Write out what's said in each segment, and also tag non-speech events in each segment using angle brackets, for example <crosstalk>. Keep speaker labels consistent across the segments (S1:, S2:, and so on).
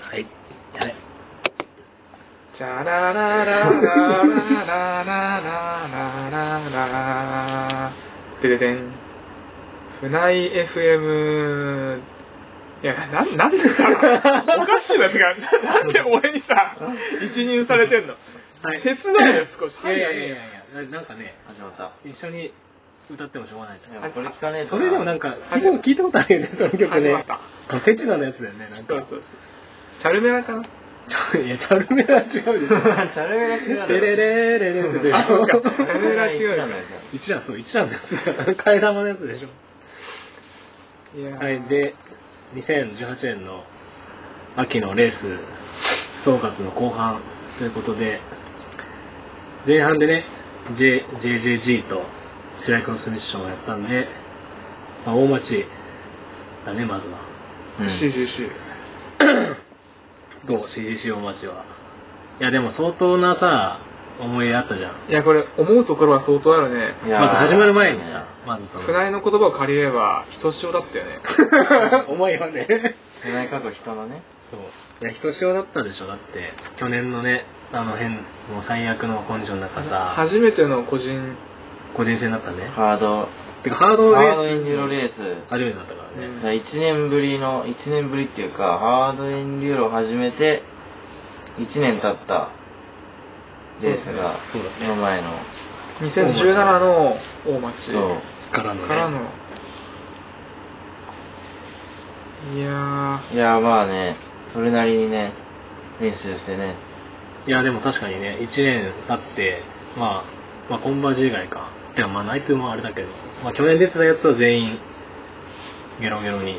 S1: はい。はい。
S2: チャラララララララララララでででん。船井 FM。いや、な、なんでさ、おかしいな、違う。なんで俺にさ、一任されてんの
S1: はい
S2: 手伝えよ少し
S1: いやいやいやいやいや、なんかね、
S3: 始まった
S1: 一緒に歌ってもしょうがないじ
S3: い
S1: ゃ
S3: やこれ聞かねえ
S1: ん。
S3: と
S1: それでもなんか、
S2: はい
S1: 昨日聞いたことあるよね、その曲ね。
S2: 始まった。
S1: あフェチナのやつだよね、なん
S2: そう
S1: か
S2: そう。そう。チャルメラかない
S1: <laughs> や、チャルメラは違うでしょ。
S3: チャルメラ違うだろ
S1: テレレレレレでしょ
S2: あ。そっかチャルメラ違うよね
S1: 一覧、そう、一覧のやつだよ。替え玉のやつでしょ。
S2: いや
S1: はい、で、2018年の秋のレース総括の後半ということで、前半でね、J、JJG と白井クロスミッションをやったんで、まあ、大町だね、まずは。 <coughs>
S3: うん
S2: CGC。
S1: どう ?CGC 大町は。いや、でも相当なさ、思い出あったじゃん。
S2: いや、これ、思うところは相当あるね。
S3: いやー
S1: まず始まる前にさ、まずそ <laughs> の。
S2: 船井の言葉を借りれば、ひとしおだったよね。
S1: 重いよね。
S3: 船井過去人のね
S1: そういや人潮だったでしょだって去年のねあの変もう最悪のコンディションの中さ
S2: 初めての個人、
S1: 個人戦だったね
S3: ハード
S1: てかハードレー
S3: ハー
S1: ス
S3: ドエンデュロレース
S1: 初めてだったからね、
S2: うん
S3: 1年ぶりの1年ぶりっていうかハードエンデュロを始めて1年経ったレースが
S1: そうだね
S3: の前の
S2: 2017の大町
S3: そう
S1: からのね
S2: からの、いや
S3: いやーまあねそれなりにね練習してね
S1: いやでも確かにね1年経ってまあまあコンバージ以外かでもまあナイトもあれだけど、まあ、去年出てたやつは全員ゲロゲロに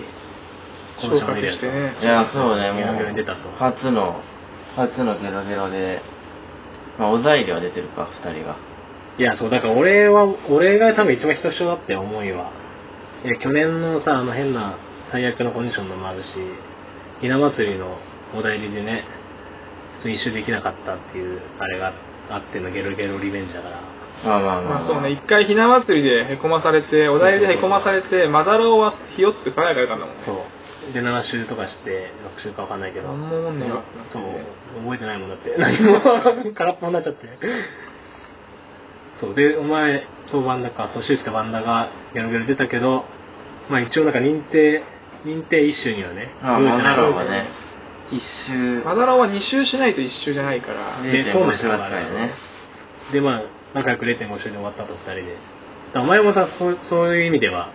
S1: コンディションのいいやつ
S2: 昇格してね
S3: いやそうね
S1: ゲロゲロ
S3: も
S1: に
S3: う
S1: 出たと
S3: 初の初のゲロゲロでまあ小材料出てるか2人が
S1: いや、そう、だから俺は、俺が多分一番人称だって思いは。いや、去年のさ、あの変な最悪のコンディションのもあるし、ひな祭りのお代理でね、普通に一周できなかったっていう、あれがあってのゲロゲロリベンジだから。
S3: まあまあまあ、
S2: ー、まあそうね、一回ひな祭りでへこまされて、お題でへこまされて、マダロウはひよって爽やかだったんだもんね。
S1: そう。で、7周とかして、6周かわかんないけど。
S2: なんも思んねえよ
S1: そう。覚えてないもんだって。 <laughs> 何も。空っぽになっちゃって。そう。で、お前とバンダか、そう、周期とバンダがゲロゲロ出たけど、まあ一応なんか認定、認定一周にはね、
S3: まあ
S1: 動いて
S3: マ
S1: な
S3: ダ
S1: い
S3: ローはね一周
S2: マダロウは2周しないと1周じゃないから、
S1: ね
S3: 0.5周だったから
S1: <laughs>
S3: ね
S1: で、まあ、仲良く0.5周で終わったと二人で。だからお前もさ、そうそういう意味では、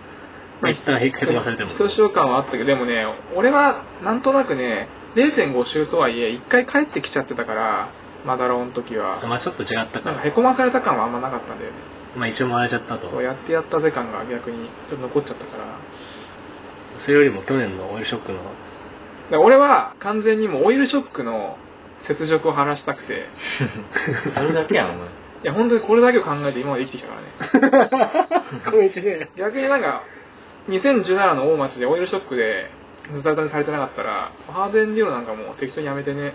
S1: まあ一旦へっくまされても。
S2: 一週間はあったけど、でもね、俺はなんとなくね、0.5周とはいえ、1回帰ってきちゃってたから、マダロウの時は。
S1: まあちょっと違った
S2: なんか
S1: か。
S2: へこまされた感はあんまなかったんだよね。
S1: まあ一応回れちゃったと。
S2: そうやってやったぜ感が逆にちょっと残っちゃったから。
S1: それよりも去年のオイルショックの
S2: で俺は完全にもうオイルショックの雪辱を晴らしたくて、
S3: それだけやんお前
S2: いや、本当にこれだけを考えて今まで生きてきたからね。 <laughs>
S1: この1年
S2: 逆になんか、2017の大町でオイルショックで、ずたずたにされてなかったら、ハーデンデュロなんかもう適当にやめてね、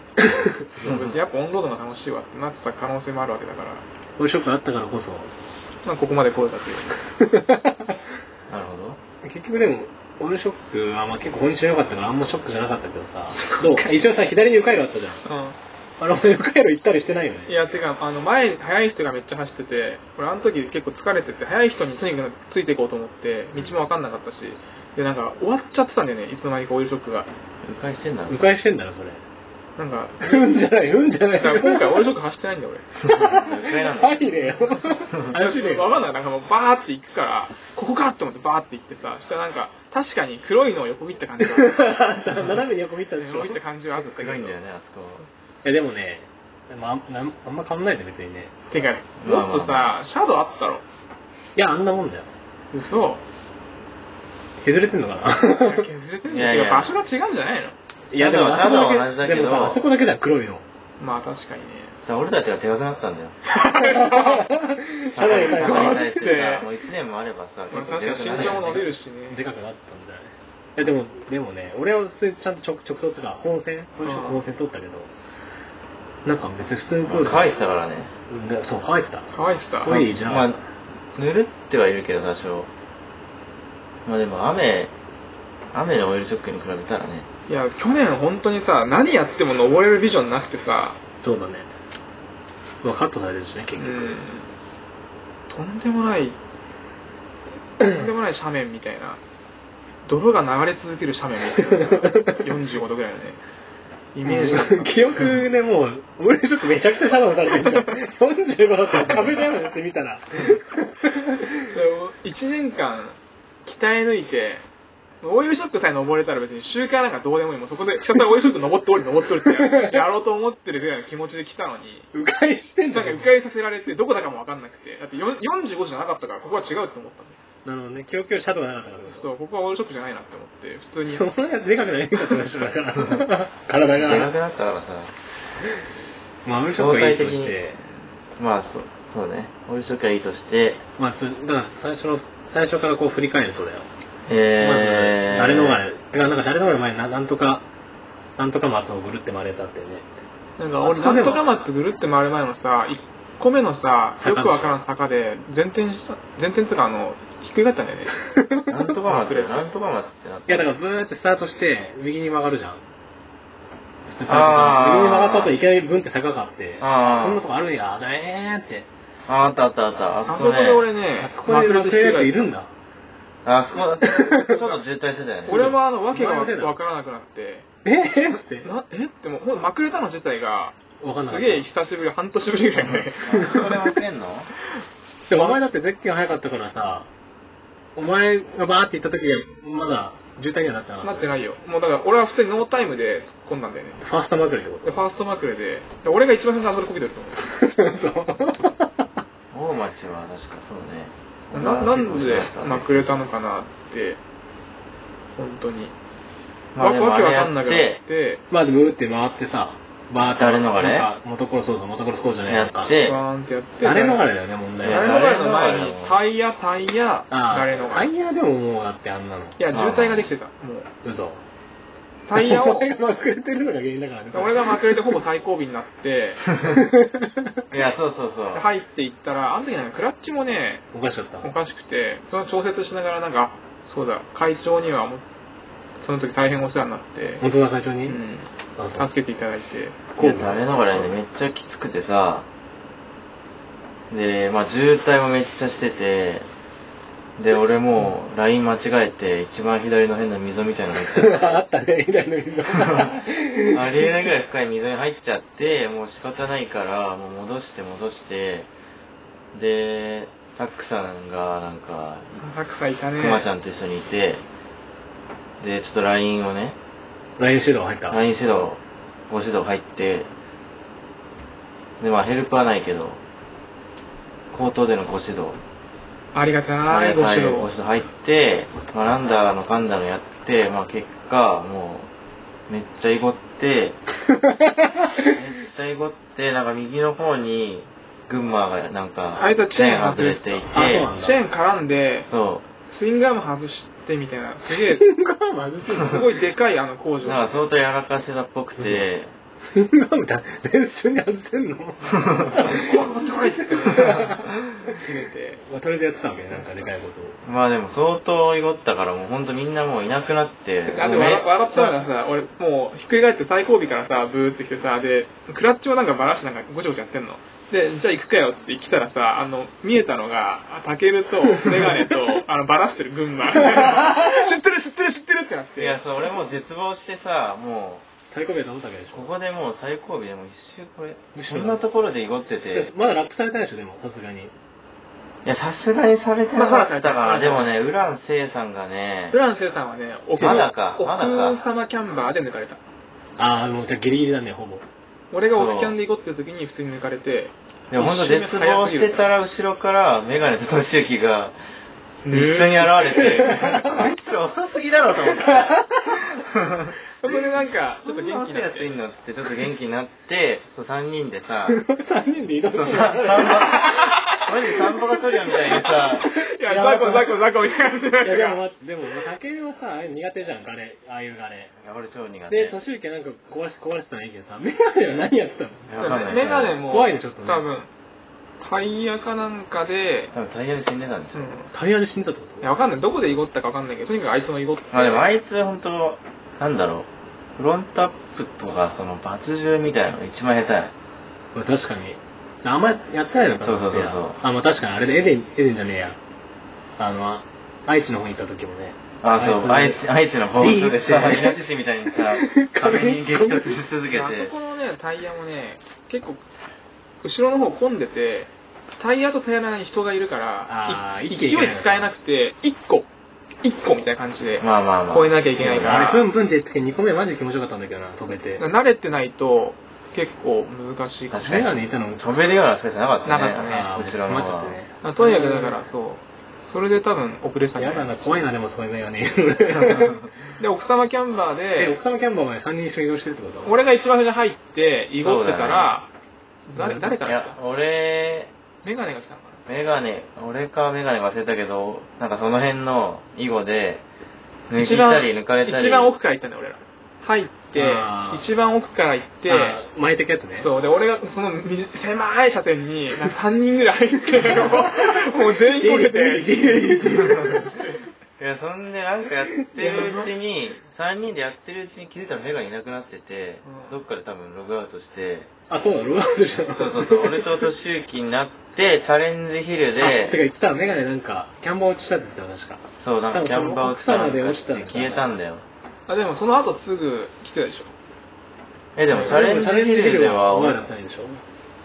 S2: もう別にやっぱオンロードが楽しいわってなってた可能性もあるわけだから、
S1: オイルショックあったからこ <laughs> そ
S2: まあここまで来れたっていう。
S3: なるほど
S1: 結局でもオイルショックはまあ結構本日良かったからあんまショックじゃなかったけどさどう一応さ左に迂回路あったじゃんあれお前迂回路行ったりしてないよね
S2: いや、てか、あの、前、速い人がめっちゃ走ってて、俺、あの時結構疲れてて、速い人にとにかくついていこうと思って、道も分かんなかったし、で、なんか、終わっちゃってたんだよね、いつの間にかオイルショックが。
S3: 迂回してんだ
S1: 迂回してんだろそれ
S2: なんか、
S1: うんじゃないうんじゃな
S2: だ
S1: い
S2: から今回オイルショック走ってないんだよ、
S3: 迂回なんだ
S1: <laughs> 入れよ
S2: 俺。
S1: <laughs> 走れ
S2: 分
S1: よ
S2: かんない。なんかもう、バーって行くから、ここかと思ってバーって行ってさ、そしたらなんか、確かに黒いのを横切った感じが、
S1: <laughs> 斜めに横見たでしょ
S2: 横切った感じはあったけど
S3: 暗いんだよねあそこ
S1: いやでもねまああんなんあんま変わんないで別にね
S2: てか、
S3: まあまあ
S2: もっとさ、シャドウあったろ。
S1: いやあんなもんだよ
S3: <laughs>
S2: 嘘。
S1: 削れてんのか
S2: いや
S1: な
S2: 削れてん
S3: い
S2: だ
S3: や
S2: けど、
S3: いや
S2: てか場所が違うんじゃないの
S1: いやでもあそこ
S3: ただ
S1: だ
S3: 同
S1: け
S3: じだ
S1: で
S3: けど
S1: もさあそこだけじゃん黒いの
S2: まあ確かにね。
S3: じゃあ俺たちがでかくなった
S1: <laughs>
S3: んだよ
S1: 社内
S2: で
S1: 対
S2: かく
S1: して
S2: なっ
S3: に対してさもう1年もあればさ
S2: まあ
S3: 結
S2: 確
S3: 構で
S2: か
S3: か
S2: に
S3: くなる
S2: 身長も伸びる
S3: し
S2: しね。
S1: でかくなったんじゃないいやでもでもね俺は普通にちゃんと直直通つうか本線
S2: うん
S1: 本線通ったけどなんか別に普通に通る
S3: 返したからね
S1: うんだそう返した
S2: かわいさ。
S1: これいいじゃん
S3: まあぬるってはいるけど多少まあでも雨雨のオイルショックに比べたらね
S2: いや去年本当にさ何やっても登れるビジョンなくてさ
S1: そうだねまあカットされてるしね結局、
S2: うんとんでもないとんでもない斜面みたいな泥が流れ続ける斜面みたいな45度ぐらいのねイメージだった
S1: <laughs> もう記憶でもう、オイルショックめちゃくちゃシャドウされてるじゃん。45だったら壁だよね、してみたら。
S2: <laughs> 1年間鍛え抜いてオイルショックさえ登れたら別に週間なんかどうでもいいもうそこでひたすらオイルショック登って降りて登って降りってやろうと思ってるぐらいの気持ちで来たのに
S1: <laughs> 迂回して
S2: なん
S1: ん
S2: か
S1: じゃん。
S2: 迂回させられてどこだかも分かんなくてだってよ45じゃなかったからここは違うって思ったんだ
S1: なるほどね、記憶よりシャドウがなかったから
S2: よそうここはオイルショックじゃないなって思って普通に
S1: そんなでかくないかったでしょ、だから。体
S3: 出なく
S1: が。
S3: なったからさ
S1: まあ、オイルショックがいいとし
S3: 相対
S1: て
S3: 的。まあそうそうねオイルショックはいいとして
S1: まあ、そだから最初の、最初からこう振り返るとだよ。まず、
S3: えー、
S1: 誰のがね、てか、なんか誰のが前にななんとか、なんとか松をぐるって回れたってね。
S2: なんか俺なんとか松ぐるって回る前のさ1個目のさよくわからん坂で前転した前転つうかあのひっくり返ったんだよね
S3: <laughs> なんとか松だよなんとか松ってなっ
S1: いや、
S3: た
S1: だからずーってスタートして、右に曲がるじゃん。普通さ
S3: あー
S1: 右に曲がった後、いきなりブンって坂があって、
S3: あー
S1: こんなとこあるんや、だえーって。
S3: ああったあったあったあ
S2: あそ
S3: そこ
S2: こ
S3: ね
S2: で俺ね
S1: あそこでくれるやついるんだ。
S3: あそこちょっと渋滞してたよね
S2: <laughs> 俺もあの訳が
S1: 前のせいだ
S2: わからなくなって
S1: えーって。
S2: なえってもうもうまくれたの自体が
S1: わかんなかった
S2: すげえ久しぶり半年ぶりぐらい
S1: <laughs>
S2: で
S3: それ分け
S2: <laughs>
S3: んの
S1: でもお前だってゼッケン早かったからさ、お前がバーって行った時には、まだ渋滞にはなってなかった。
S2: なってないよもうだから俺は普通にノータイムで突っ込んだんだよね
S1: ファーストマークってこ
S2: でファーストまくれでで俺が一番最初にあそこでこけてると思 <laughs>
S1: と
S3: 大町は確かそう
S2: う
S3: ね
S2: ななんでま
S3: ま
S2: くれたのかなって本当に、
S3: まあ
S2: わ
S3: でも
S2: わけわかんなくなっ
S3: あれやって
S1: <laughs> まあでもブーって回ってさ、バーって
S3: 誰のがね
S1: なんかモトコロそうそう、モトコロスコーじゃないなんか
S3: やって
S2: バーンってやって
S1: 誰のがれだよね、問題
S3: いや
S2: 誰
S1: は。
S2: 逃れの前
S3: 誰
S2: に
S3: 逃れ
S2: タイヤタイヤ
S1: あ
S2: 誰の
S1: あ、タ
S2: がい
S1: イヤでももうだってあんなの。
S2: や渋滞ができてたもう
S1: 嘘。
S2: タイヤを
S1: <laughs> お前がまくれてるのが原因だからね。それ
S2: 俺がまくれてほぼ最後尾にな
S1: <laughs>
S2: って
S3: いやそうそうそう
S2: で入っていったらあの時なんかクラッチもね
S1: おかしかった。
S2: おかしくてその調節しながらなんかあそうだ会長にはもうその時大変お世話になって、
S1: 本当だ、会長に、
S2: う
S1: あ
S2: ん、助けていただいて
S3: いや誰のがれねめっちゃきつくてさでまあ渋滞もめっちゃしててで俺もうライン間違えて一番左の変な溝みたいなのに入っちゃ
S1: <laughs>
S3: っ
S1: あったね、左の溝。
S2: <laughs>
S3: てありえないぐらい深い溝に入っちゃってもう仕方ないからもう戻して戻してでタックさんがなんか
S2: 白菜いたね
S3: クマちゃんと一緒にいてでちょっとラインをね
S1: <laughs> ライン指導入った。
S3: ライン指導、ご指導入って、で、まあヘルパーないけど、口頭でのご指導、
S2: ありが
S3: あ
S2: た
S3: り
S2: い
S3: が
S2: ご
S3: たい
S2: 指
S3: ご指
S2: 導
S3: 導入って、まあなんだのかんだのやって、まあ結果、もう、めっちゃいごって、めっちゃいごって、なんか右の方に、群馬がなんか、
S2: あいつはチェーン
S3: 外れていて、
S1: あそうなんだ
S2: チェーン絡んで
S3: そ
S2: スイングアーム外してみたいなすげえ
S1: スイングアーム外すの
S2: すごいでかいあの工
S3: う、なん
S2: 場
S3: か相当やらかしてたっぽくて、
S1: スイングアームだ、練習に外せんの
S2: 高いっつってね決め
S3: <laughs>
S2: て
S1: まあとりあえずやってたわけね、なんかでかいことを。
S3: まあでも相当いごったから、もうほんとみんなもういなくなって、
S2: なんで
S3: もうめ
S2: 笑笑ったのがさ、俺もうひっくり返って最後尾からさ、ブーって来てさ、で、クラッチをなんかバラしてなんかごちゃごちゃやってんの。で、じゃあ行くかよって来たらさ、あの、見えたのが、あタケルとメガ
S3: <laughs>
S2: ネと、あの、バラしてる群馬。知ってる知ってる知ってるってなっ
S3: い
S2: て。
S3: やそう俺もう絶望してさも
S1: 最高名と思ったわけでし
S3: う
S1: ょ
S3: こ。こでもう最後尾でもう一周これ
S1: むし
S3: こ
S1: ろ
S3: んなところでいごってて
S1: でまだラップされたでしょ、でも、さすがに。
S3: いやさすがにされてなかったか
S2: ま
S3: ら
S2: だ
S3: でもねウランセイさんがね
S2: フランセルさんはね、奥
S3: まだかまだか
S2: 奥様キャンバーで抜かれた。
S1: ああ、もうじゃあギリギリだ <laughs> ね、ほぼ。
S2: 俺が奥キャンで行こうって時に普通に抜かれて、
S3: でもほんと絶望してたら後ろからメガネと俊之が
S2: え
S3: 一緒に現れて、こいつら遅すぎだろと思って
S2: そこでなんか、ち
S3: ちょ
S2: ょ
S3: っ
S2: っと
S3: と元
S2: 元気
S3: 気な
S2: に
S3: や
S2: なっ
S3: つい
S2: て
S3: ん。のっつってちょっと元気になってそう3人
S1: <laughs>
S3: でさ
S1: 3人で移動
S3: そう
S1: す
S3: さ散歩マジ散歩がトリオみたいにさ
S2: いや、ザコザコザコみたいな感じ
S1: いや、
S2: で
S1: でも待って、でも、竹井はさ、あれ苦手じゃん、ガレ、ああいうガレ。
S3: いや俺超苦手
S1: で、年行なんか壊し壊したらいいけどさ、メガネは何やってたの
S3: いやわかんない
S2: メガネも
S1: 怖いねちょっとね
S2: 多分タイヤかなんかで、
S3: 多分タイヤで死んでたんです
S2: う
S3: よ、
S2: ん、
S1: タイヤで死んだってこと
S2: いやわかんないどこでイゴったかわかんないけどとにかくあいつもイゴって
S3: まあでもあいつ本当なんだろうフロントアップとかそのバチ銃みたいなのが一番下
S1: まあ確かに。あんまやってないのかな、
S3: そうそうそうそう
S1: せいやあ、まあ確かにあれでエデン、エデンじゃねえや。あの、愛知の方に行った時もね。
S3: 手あそう愛知愛知の防
S1: いい
S3: 空
S1: って
S3: でさイノシシみ
S2: <laughs>
S3: たいにさ壁に激突し続けて
S2: あそこのねタイヤもね結構後ろの方混んでてタイヤとタイヤの間に人がいるから
S1: あー
S2: い
S1: 行け
S2: 勢
S1: 行けない
S2: い使えなくて1個1個みたいな感じで
S3: まあまあまあ
S2: 越えなきゃいけないか
S1: あれ、
S2: ら、
S1: プンプンって言って2個目マジ気持ちよかったんだけどな、飛べて。
S2: 慣れてないと結構難しいかも
S3: 確か
S1: メ
S3: に
S1: ガネいたのも
S3: 飛べるようなスペースなかったね
S2: なかったね
S1: あーもう
S3: 後ろ
S1: 詰
S3: の
S1: まっち
S3: 方
S1: ゃっ
S3: は
S1: てね。
S2: あとにかくだからそうそれで多分遅れてたんじゃ
S1: や
S2: な
S1: だ
S2: い
S1: な、怖いな、でもそういうメガネ。
S2: <laughs>
S3: <laughs>
S2: で奥様キャンバー
S1: え、
S2: で
S1: 奥様キャンバーまで3人一緒に移動してるってこと
S2: 俺が一番最初に入ってイゴってたら、
S1: そうだね
S2: 誰誰か
S3: い
S2: ら来
S3: や
S2: た
S3: 俺
S2: メガネが来たのかな
S3: メガネ俺かメガネか忘れたけどなんかその辺の囲碁で抜い
S2: 一
S3: た
S2: 番
S3: り抜かれたり
S2: 一番奥から行ったんだよ俺ら入って
S1: あー
S2: 一番奥から行って
S1: あ巻いてくやつね。
S2: そうで俺がそのみ狭い車線になんか3人ぐらい入って
S3: <laughs>
S2: もうもう全員こけ <laughs> て
S3: いやそんでなんかやってるうち
S2: <laughs>
S3: に3人でやってるうちに気づいたらメガネいなくなってて、
S2: うん
S3: どっかで多分ログアウトして
S1: あ、そうなのログアウトしたの
S3: そうそうそう俺と俊之になってチャレンジヒル
S1: あてか
S3: で
S1: 言ってたメガネなんかキャンバー落ちしたって言ってたよ確か
S3: そうなんかキャンバー落ちた
S1: 多分その奥様で
S3: なんか
S1: 落ち
S3: したて
S1: んだ
S3: 消えたんだよ
S2: あでもその後すぐ来てたでしょ
S3: えでもチャレンジヒルでは
S1: お前
S3: 俺
S1: ら二人でしょ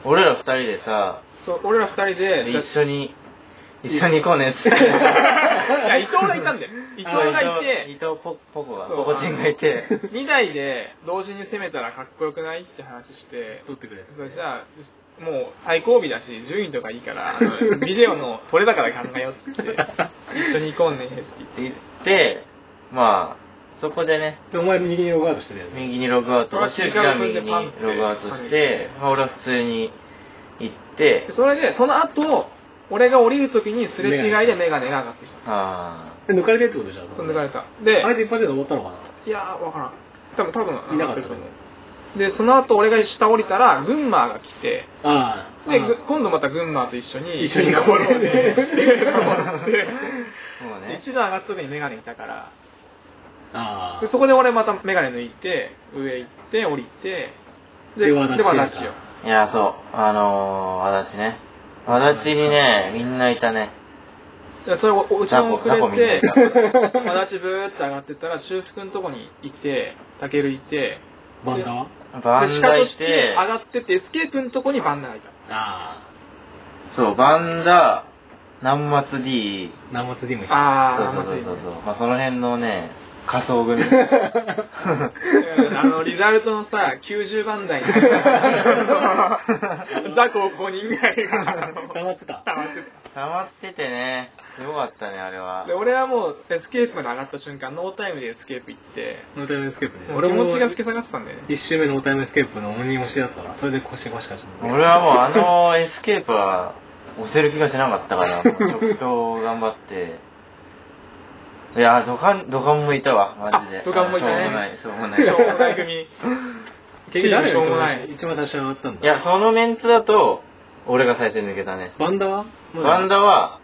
S3: 俺ら2人でさ
S2: そう俺ら2人で
S3: 一緒に一緒に行こうねっつって
S2: いや伊藤がいたんだよ伊藤がい
S3: 伊
S2: て
S3: 藤ポポコが
S2: そう
S3: ポコチンがいて
S2: 2台で同時に攻めたらかっこよくないって話して
S1: 撮ってくれ
S2: それじゃあもう最後尾だし順位とかい
S1: <laughs>
S2: いからあのビデオの撮れ高で考えようっつって一緒に行こうねって言っ
S3: って言ってまあそこでね
S1: でお前右にログアウトしてたよね
S3: 右にログアウト
S2: まあ
S3: 俊之は右にログアウトして、まあ、俺は普通に行って
S1: <laughs>
S2: てそれでその後俺が降りる時にすれ違いでメガネが上がってきた
S3: あ
S1: え抜かれてるってことじゃん
S2: そんでかれ
S1: て
S2: たで
S1: あいつ一発で登ったのか
S2: いやーわからん多分多
S1: な
S2: 分
S1: いなかったと思う
S2: 上がる思うでその後俺が下降りたら群馬が来て
S1: ああ
S2: で
S1: ああ
S2: ぐ今度また群馬と一緒に
S1: 一緒にこうね
S2: そう <laughs> ね
S3: あそう
S2: で
S3: ね
S2: 一度上がった時にメガネいたから
S1: ああ
S2: でそこで俺またメガネ抜いて上行って降りて
S1: で
S2: で
S1: 輪立ち
S2: で和立ちよ
S3: いやそうあのー、足立ね足立にねみんないたね
S2: でそれをうち
S3: ザ
S2: の
S3: コ
S2: 遅れて
S3: ザコみたい
S2: 和立ちブーって上がってったら中腹のとこにいてたけるいて
S1: バンダは
S3: バ
S2: で
S3: ン
S2: シ
S3: ダ
S2: カ
S3: い
S2: として
S3: て
S2: 上がってってエスケープのとこにバンダがいた
S1: あ
S3: そうバンダ南末 D
S1: あ南松 D もいた
S2: あ
S1: <laughs>
S3: そ
S2: あ
S3: うそうそうそうそう、まあ、その辺のね仮想
S2: <laughs> うん
S3: 組
S2: あの、リザルトのさ、90番台に、ザコ5人ぐらいが、
S1: <laughs> 溜まってた
S2: 溜まってた
S3: 溜まっててねすごかったねあれは
S2: で、俺はもう、エスケープまで上がった瞬間、ノータイムでエスケープ行って、
S1: ノータイムエスケープね
S2: もう
S1: 俺
S2: 気
S1: も
S2: 持ちが吹き下がってたんだよね。
S1: 1周目のノータイムエスケープの鬼押しだったからそれで腰がしかしない
S3: 俺はもうあのエスケープは押せる気がしなかったからもう直投を頑張っていやドカンドカンもいたわマジで
S2: あドカンもいたね
S3: あしょうもないし
S2: し
S3: ょ
S2: ょ
S3: う
S2: う
S3: も
S2: も
S3: な
S2: ない
S3: い
S2: 組。
S1: 結局誰
S2: チーム
S1: が
S2: し
S1: 一番
S2: ょうもな
S1: 最
S2: い
S1: 初一番最初に上がったんだ
S3: いやそのメンツだと俺が最初に抜けたね
S1: バンダは
S3: バンダは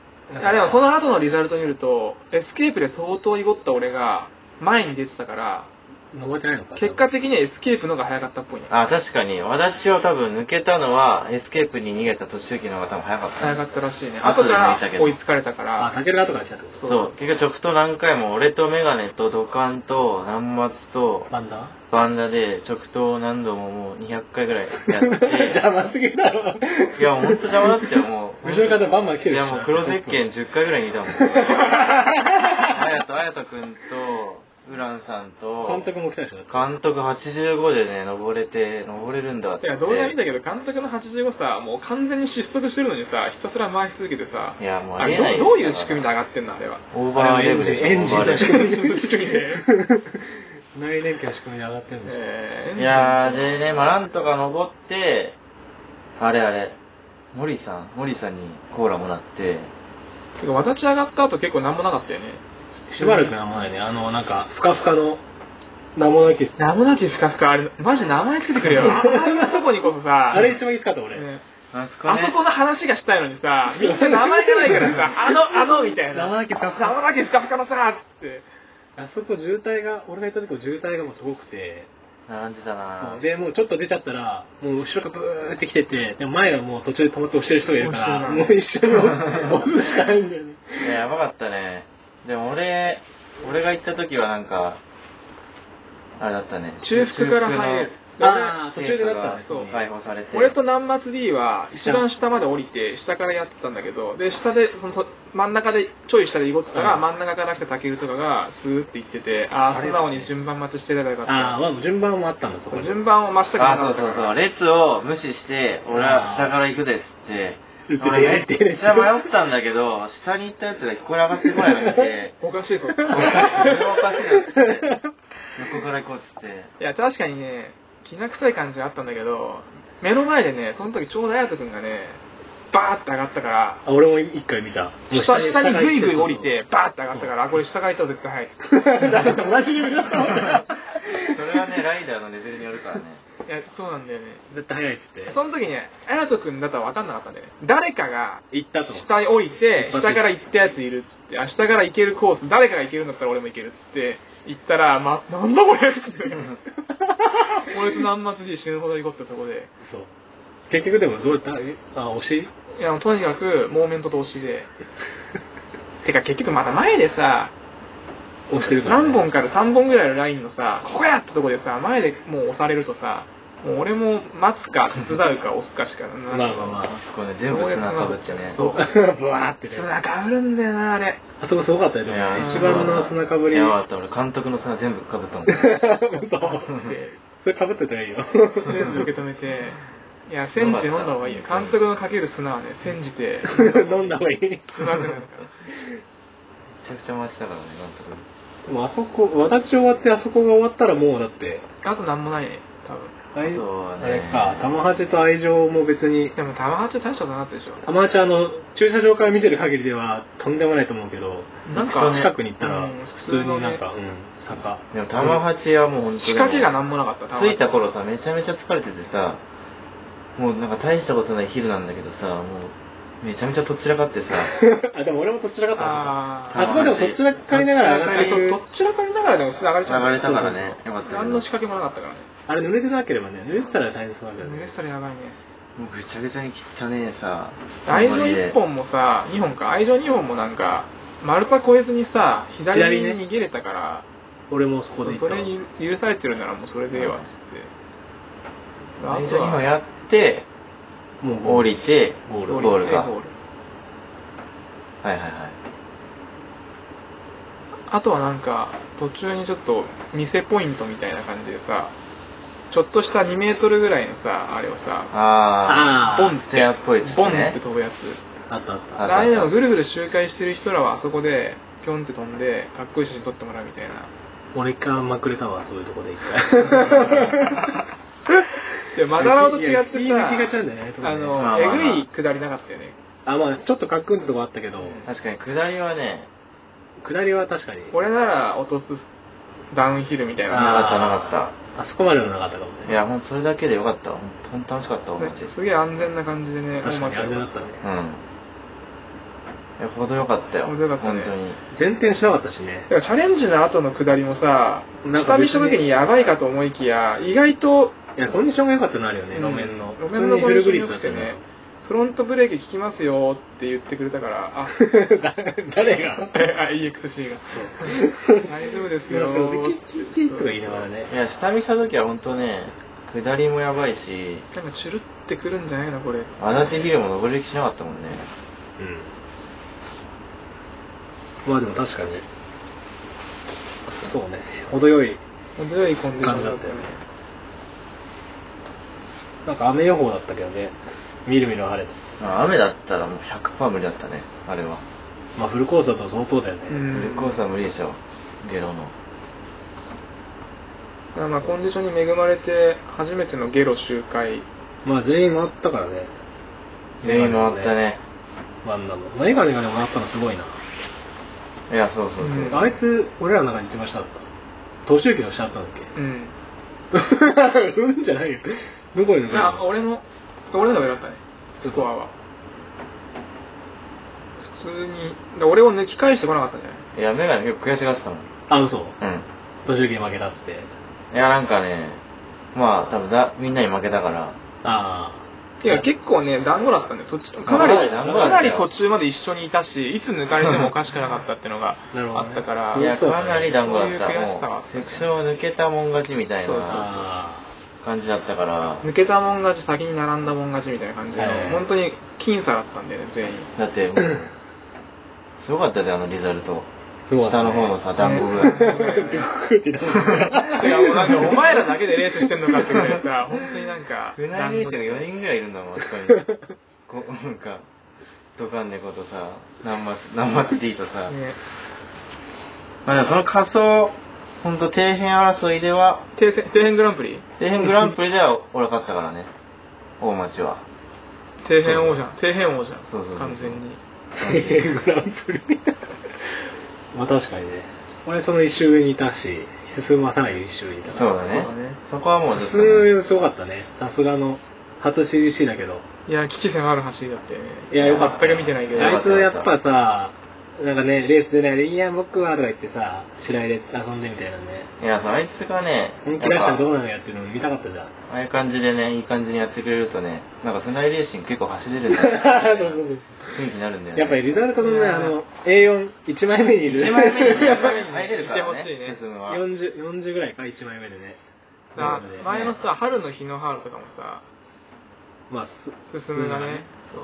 S2: あでも、その後のリザルト見ると、エスケープで相当いごった俺が、前に出てたから、
S1: 登ってないのか
S2: 結果的にはエスケープの方が早かったっぽいね。
S3: あ確かに和田千代多分抜けたのはエスケープに逃げた途中期の方が多分早かった
S2: 早かったらしいね。
S3: 後
S2: 後
S3: で
S2: か
S3: 抜いたけ
S2: ら
S3: ど
S2: 追いつかれたか
S1: あ
S2: ら、
S1: タケルが後から来たってこと
S2: そう
S3: そう結局直投何回も俺とメガネとドカンと南末と
S1: バンダ
S3: バンダで直投を何度ももう200回ぐらいやって
S1: <laughs> 邪魔すぎだろ
S3: いや、もうほんと邪魔だったよ、もう。
S1: 後ろからバンバン来てる
S3: い
S1: でし
S3: や、
S1: ょ
S3: もう黒ゼッケン10回ぐらいにい
S1: <laughs>
S3: たもん。あやと、あやとくんと、ウランさんと、
S1: 監督も来たでしょ
S3: 監督85でね、登れて、登れるんだっ
S2: い
S3: て。
S2: や動画見たけど監督の85さもう完全に失速してるのにさひたすら回し続けてさ
S3: いやもうあ
S2: あ
S3: り
S2: れ
S3: えない
S2: どどういう仕組みで上がってんのあれは
S3: オーバーレブでしょ、
S1: エンジン
S3: オーバーレブ
S1: エンジン
S2: 仕組みで
S1: <laughs> 内連携の仕組みで上がってるんでしょ、
S2: えー
S3: いやー、でね、まあ、なんとか登って、あれあれ、森さん、森さんにコーラもらって、
S2: てか私上がった後結構何もなかったよね
S1: しばらくなんもないねあのなんかふかふかの名もなき
S2: <laughs> 何もなきふかふかあれマジ名前つけてくれよああいうとこにこそさ
S1: あれ一番きつかった俺、
S2: ね
S3: あそこね
S2: あそこの話がしたいのにさ、みんな名前がないからさ、あの、あの、みたいな。
S1: 名前だけふかふか
S2: 名前だけふかふかのさ、つって。
S1: あそこ渋滞が、俺が行った時も渋滞がもうすごくて、
S3: 並んでたな
S1: そうで、もうちょっと出ちゃったら、もう後ろがブーって来てて、でも前がもう途中で止まって押してる人がいるから、も
S2: 押
S1: う一緒に
S2: <laughs>
S1: 押す押すしかないんだよね。
S3: いややばかったねでも俺俺が行った時はなんかあれだったね
S2: 中腹から入る。
S1: ああ、途
S3: 中
S1: 中
S3: 腹
S1: で
S3: の
S1: だったん
S3: 陛下が
S1: です
S2: そう
S1: ね。
S3: 解放されて
S2: 俺と南末 D は一番下まで降りて下からやってたんだけどで下でその真ん中でちょい下で囲碁ってたら、
S1: うん
S2: 真ん中から来たタケルとかがスーって行っててああ素直に順番待ちしてればよかっ
S1: ああ、
S2: た
S1: まあもう順番もあったんだ、そこ
S2: そう
S1: に。
S2: 順番を真下から
S3: あそうそうそう
S2: れ
S3: 列を無視して俺は下から行くぜっつって
S1: 打て
S3: 俺
S1: ねえって
S3: めっちゃ迷ったんだけど下に行ったやつが一個に上がってこないの見て
S2: おかしいぞ
S3: おかしいそれはおかしいなっつって横から行こうっつって
S2: いや確かにねきな臭い感じがあったんだけど目の前でねその時ちょうど隼人君がねバーって上がったから
S1: あ俺も一回見た。もう
S2: 下下にグイグイ降り。
S1: 下に行
S2: て
S1: って
S2: バーって上がったからあこれ下から行ったら絶対早いっつって
S1: 同じレベルだったもんね
S3: それはねライダーのレベルによるからね
S2: いやそうなんだよね
S1: 絶対早いっつって。
S2: その時ね、あやとくんだったら分かんなかったんだよね。誰かが、
S1: 行ったと。
S2: 下に置いて、
S1: 一発
S2: 下から行ったやついるっつって、あ、下から行けるコース、誰かが行けるんだったら俺も行けるっつって、行ったら、ま、なんだこれっつって。俺と南末 D 死ぬほど行こうってそこで。
S1: そう。結局でもどうやったあ、押し
S2: いや、もうとにかく、モーメントと押しで。てか結局また前でさ、
S1: 押してるから、
S2: 何本から3本ぐらいのラインのさ、ここやってとこでさ、前でもう押されるとさ、もう俺も待つか手伝うか押すかしか
S1: ま
S2: な
S1: あ
S2: い。
S1: まあま
S3: あ
S2: <laughs>
S3: そこね全部砂かぶってね
S2: そう。
S1: あ。ブワーってね。
S2: 砂かぶるんだよな、あれ。
S1: あそこすごかったよ
S3: い
S1: ね。
S3: や
S1: 一番の砂かぶり。
S3: やばかった俺監督の砂全部かぶったもん
S1: そう。それかぶってたらいいよ。
S2: 全 <laughs> 部受け止めて、いや、煎じて飲んだ方がいいよ。監督のかける砂はね、煎じて、
S1: 飲んだ方がいい。
S2: うまくなるか
S3: めちゃくちゃ回してたからね監督
S1: もうあそこ、和立ち終わってあそこが終わったらもうだって、
S2: ら。あとなんもないね、多分。
S1: あい
S3: あとはね
S1: あれか、玉八と愛情も別に、
S2: でも、玉八大したことなかったでしょ。
S1: 玉八あの、駐車場から見てる限りではとんでもないと思うけど、
S2: なん
S3: そう
S2: か、
S3: ね
S1: 近くに行ったら、
S2: うん
S1: 普通になんか、うん、坂。
S3: でも玉八はもう本当に
S2: 仕掛けがなんもなかった、玉八
S3: 着いた頃さめちゃめちゃ疲れててさもうなんか大したことない昼なんだけどさもうめちゃめちゃとっちらかってさ
S1: <laughs> あ、でも俺もどっちらかった
S2: あ
S1: あそこでもそっちらかりながら上が
S2: あ
S1: っ
S2: れ
S1: て
S2: そ
S1: く
S2: う
S1: る
S2: どっちらかりながらでも普通に上がれちゃう
S3: 流れたから
S1: そうそう
S3: ねよかったけ
S2: 何
S3: ども
S2: の仕掛けもなかったからね。
S1: あれ濡れてなければね、濡れてたら大変そうだけど
S2: 濡
S1: ね
S2: れ。てたらやばいね。
S3: うぐちゃぐちゃに汚ねえさ
S2: 愛情
S3: ほんまにね
S2: 1本もさ、2本か、愛情2本もなんか、丸太越えずにさ、左
S1: 左
S2: に
S1: ね
S2: 逃げれたから、
S1: 俺もそこ
S2: そう
S1: で行
S2: そ
S1: ったわ
S2: れに許されてるならもうそれでええわっつって、あ
S3: 愛
S2: と
S3: 情
S2: は
S3: にもやって
S1: もう
S3: 降りて
S1: ゴール
S3: ゴールか
S2: ゴール
S3: はいはいはい
S2: あとはなんか途中にちょっと店ポイントみたいな感じでさちょっとした2メートルぐらいのさあれをさ
S3: あ
S1: あー
S3: ボンステアっぽいです
S2: ボンっ
S3: ね
S2: て飛ぶやつ
S1: あったあっ
S3: あ
S1: た。
S2: あれでもぐるぐる周回してる人らはあそこでピョンって飛んでかっこいい写真撮ってもらうみたいな
S1: 俺一回まくれたわ、そういうとこで一回。
S2: <laughs> でマダラオと違ってさ
S1: いや気抜きがちなんだよねそこね
S2: あの、
S3: まあまあまあ
S2: えぐいくだりなかったよね
S1: あ、まあちょっとかっくんってとこあったけど、
S3: 確かに下りはね
S1: 下りは確かに。
S2: 俺なら落とすダウンヒルみたいな
S3: あなかった
S1: あー
S3: なか
S1: あそこまではなかったかも
S3: い
S1: ね。
S3: やもうそれだけでよかった本当に楽しかったわマジです
S2: げえ安全な感じでね、
S1: 確かに
S2: 大
S1: 安
S2: 町
S1: 全
S2: が
S1: だったね。
S3: うんいや程よかったよ
S2: 程よかったね
S3: 本当に
S1: 前転しなかったしね
S2: だ。からチャレンジの後の下りもさ、
S1: なん
S2: 下
S1: か別
S2: 見
S1: に
S2: した時にやばいかと思いきや、意外と、
S1: いや、コンディションが良かったのあるよね、
S2: うん
S1: 路面の。
S2: 路面のコンディション良くて
S1: 普通に
S2: ね、フロントブレーキ効きますよって言ってくれたか
S1: <laughs>
S2: ら、あ、
S1: フルグリップだったよね <laughs> 誰
S2: <laughs>
S1: が
S2: あ EXC が。
S1: <laughs>
S2: 大丈夫ですよ
S1: そうキッキッキッとか言いながらね。
S3: いや下見した時は本当ね下りもやばいし
S2: なんかチュルってくるんじゃないのこれ。
S3: 足立ヒルも登りきしなかったもんね
S1: うん。まあでも確かに。そうね、程よい。
S2: 程よいコンディションだったよね
S1: 感。なんか雨予報だったけどね。みるみる晴れて。
S3: まあ雨だったらもう100%無理だったねあれは
S1: まあフルコースだと相当だよね。
S2: うん
S3: フルコースは無理でしょゲロの
S2: だからまあコンディションに恵まれて、初めてのゲロ周回。
S1: まあ全員回ったからね。
S3: 全員回ったね
S1: あんなの。メガネがね、もらったのすごいな。
S3: いやそうそうそう、
S2: うん
S1: あいつ、俺らの中に一番下だった。投手駅の下だったんだっ
S2: うん。
S1: け <laughs> うんじゃないよ。どこにいるの
S2: あ、俺も、俺の方が良かったね。スコアは普通にだ俺を抜き返してこなかったんじゃない
S3: いや、メガネ結構悔しがってたもん。
S1: あ、嘘。
S3: うん。
S1: 途中で負けたっつって。
S3: いや、なんかね、まあ、多分だ、みんなに負けたから、
S1: あ
S2: いや結構ね団子だったんだよ途中かな
S3: まあ
S2: り
S3: 団子だ
S2: か
S3: ったよ
S2: なり途中まで一緒にいたしいつ抜かれてもおかしくなかったっていうのが
S1: なるほど
S2: あ
S1: ね
S2: ったから
S1: うん
S3: いや、
S1: そうだ
S3: か
S1: ね
S3: なり団子だっ
S2: そ
S3: た。
S2: ういう悔しさはあったね
S3: もう、セクションを抜けたもん勝ちみたい
S2: そうそうそう
S3: な
S1: あ。
S3: 感じだったから、
S2: 抜けたもん勝ち先に並んだもん勝ちみたいな感じの、
S1: はいはいはい
S2: 本当に僅差だったんだよね全員
S3: だってもう、すごかったじゃん、あのリザルト。
S1: すごい、
S3: 下の方のさ、団子
S2: ね
S3: が。
S2: いやもうなんかお前らだけでレースしてんのかってぐらいさ本当になんか
S3: 船内練習が4人ぐらいいるんだもん、あそこに。こう、なんか、ドカンネコとさ、南松、南松 D とさ。
S2: ね
S3: まあでもその仮想、ほんと底辺争いでは、
S2: 底辺底辺グランプリ
S3: 底辺グランプリでは俺は勝ったからね。大
S1: <laughs>
S3: 町は。
S2: 底辺王者底辺王者
S3: そうそうそう
S2: 完全に
S1: グランプリ。 <laughs> まあ確かにね。俺その一周上にいたし、進まさない一周にいたから
S3: そうだね。
S2: そ
S3: そう
S2: だね
S3: こはもうずっと
S1: 進
S3: ね、
S1: むすごかったね。さすがの初 CGC だけど。
S2: いや危機迫る走りだってね
S1: いや、よかった。
S2: 全く見てないけど
S1: あいつやっぱさ、なんかね、レース出ないで、いや、僕はとか言ってさ、白井で遊んでみたいなね。
S3: いや、そうあいつがね、
S1: 本気出したらどう
S3: やっ
S1: なのやってるの見たかったじゃん。
S3: ぱああいう感じでね、いい感じにやってくれるとね、なんか船井レーシング結構走れるん
S1: <laughs>
S3: だよね。
S1: <laughs> そうそうそう
S3: 雰囲気になるんだよね。
S1: やっぱりリザルトの
S2: い
S1: ね、
S2: やー
S1: あの、A4、1枚目にいる。
S3: 1
S1: <laughs>
S3: 枚目にやっぱり
S2: ね
S3: 入れるか
S2: い
S3: ら
S2: てほしいね
S3: ね、進むは。
S1: 40, 40ぐらいか、1枚目でね。
S2: さ
S1: そうだね
S2: 前のさ春の日の春とかもさ
S1: まあ、す
S2: 進むがね
S3: そ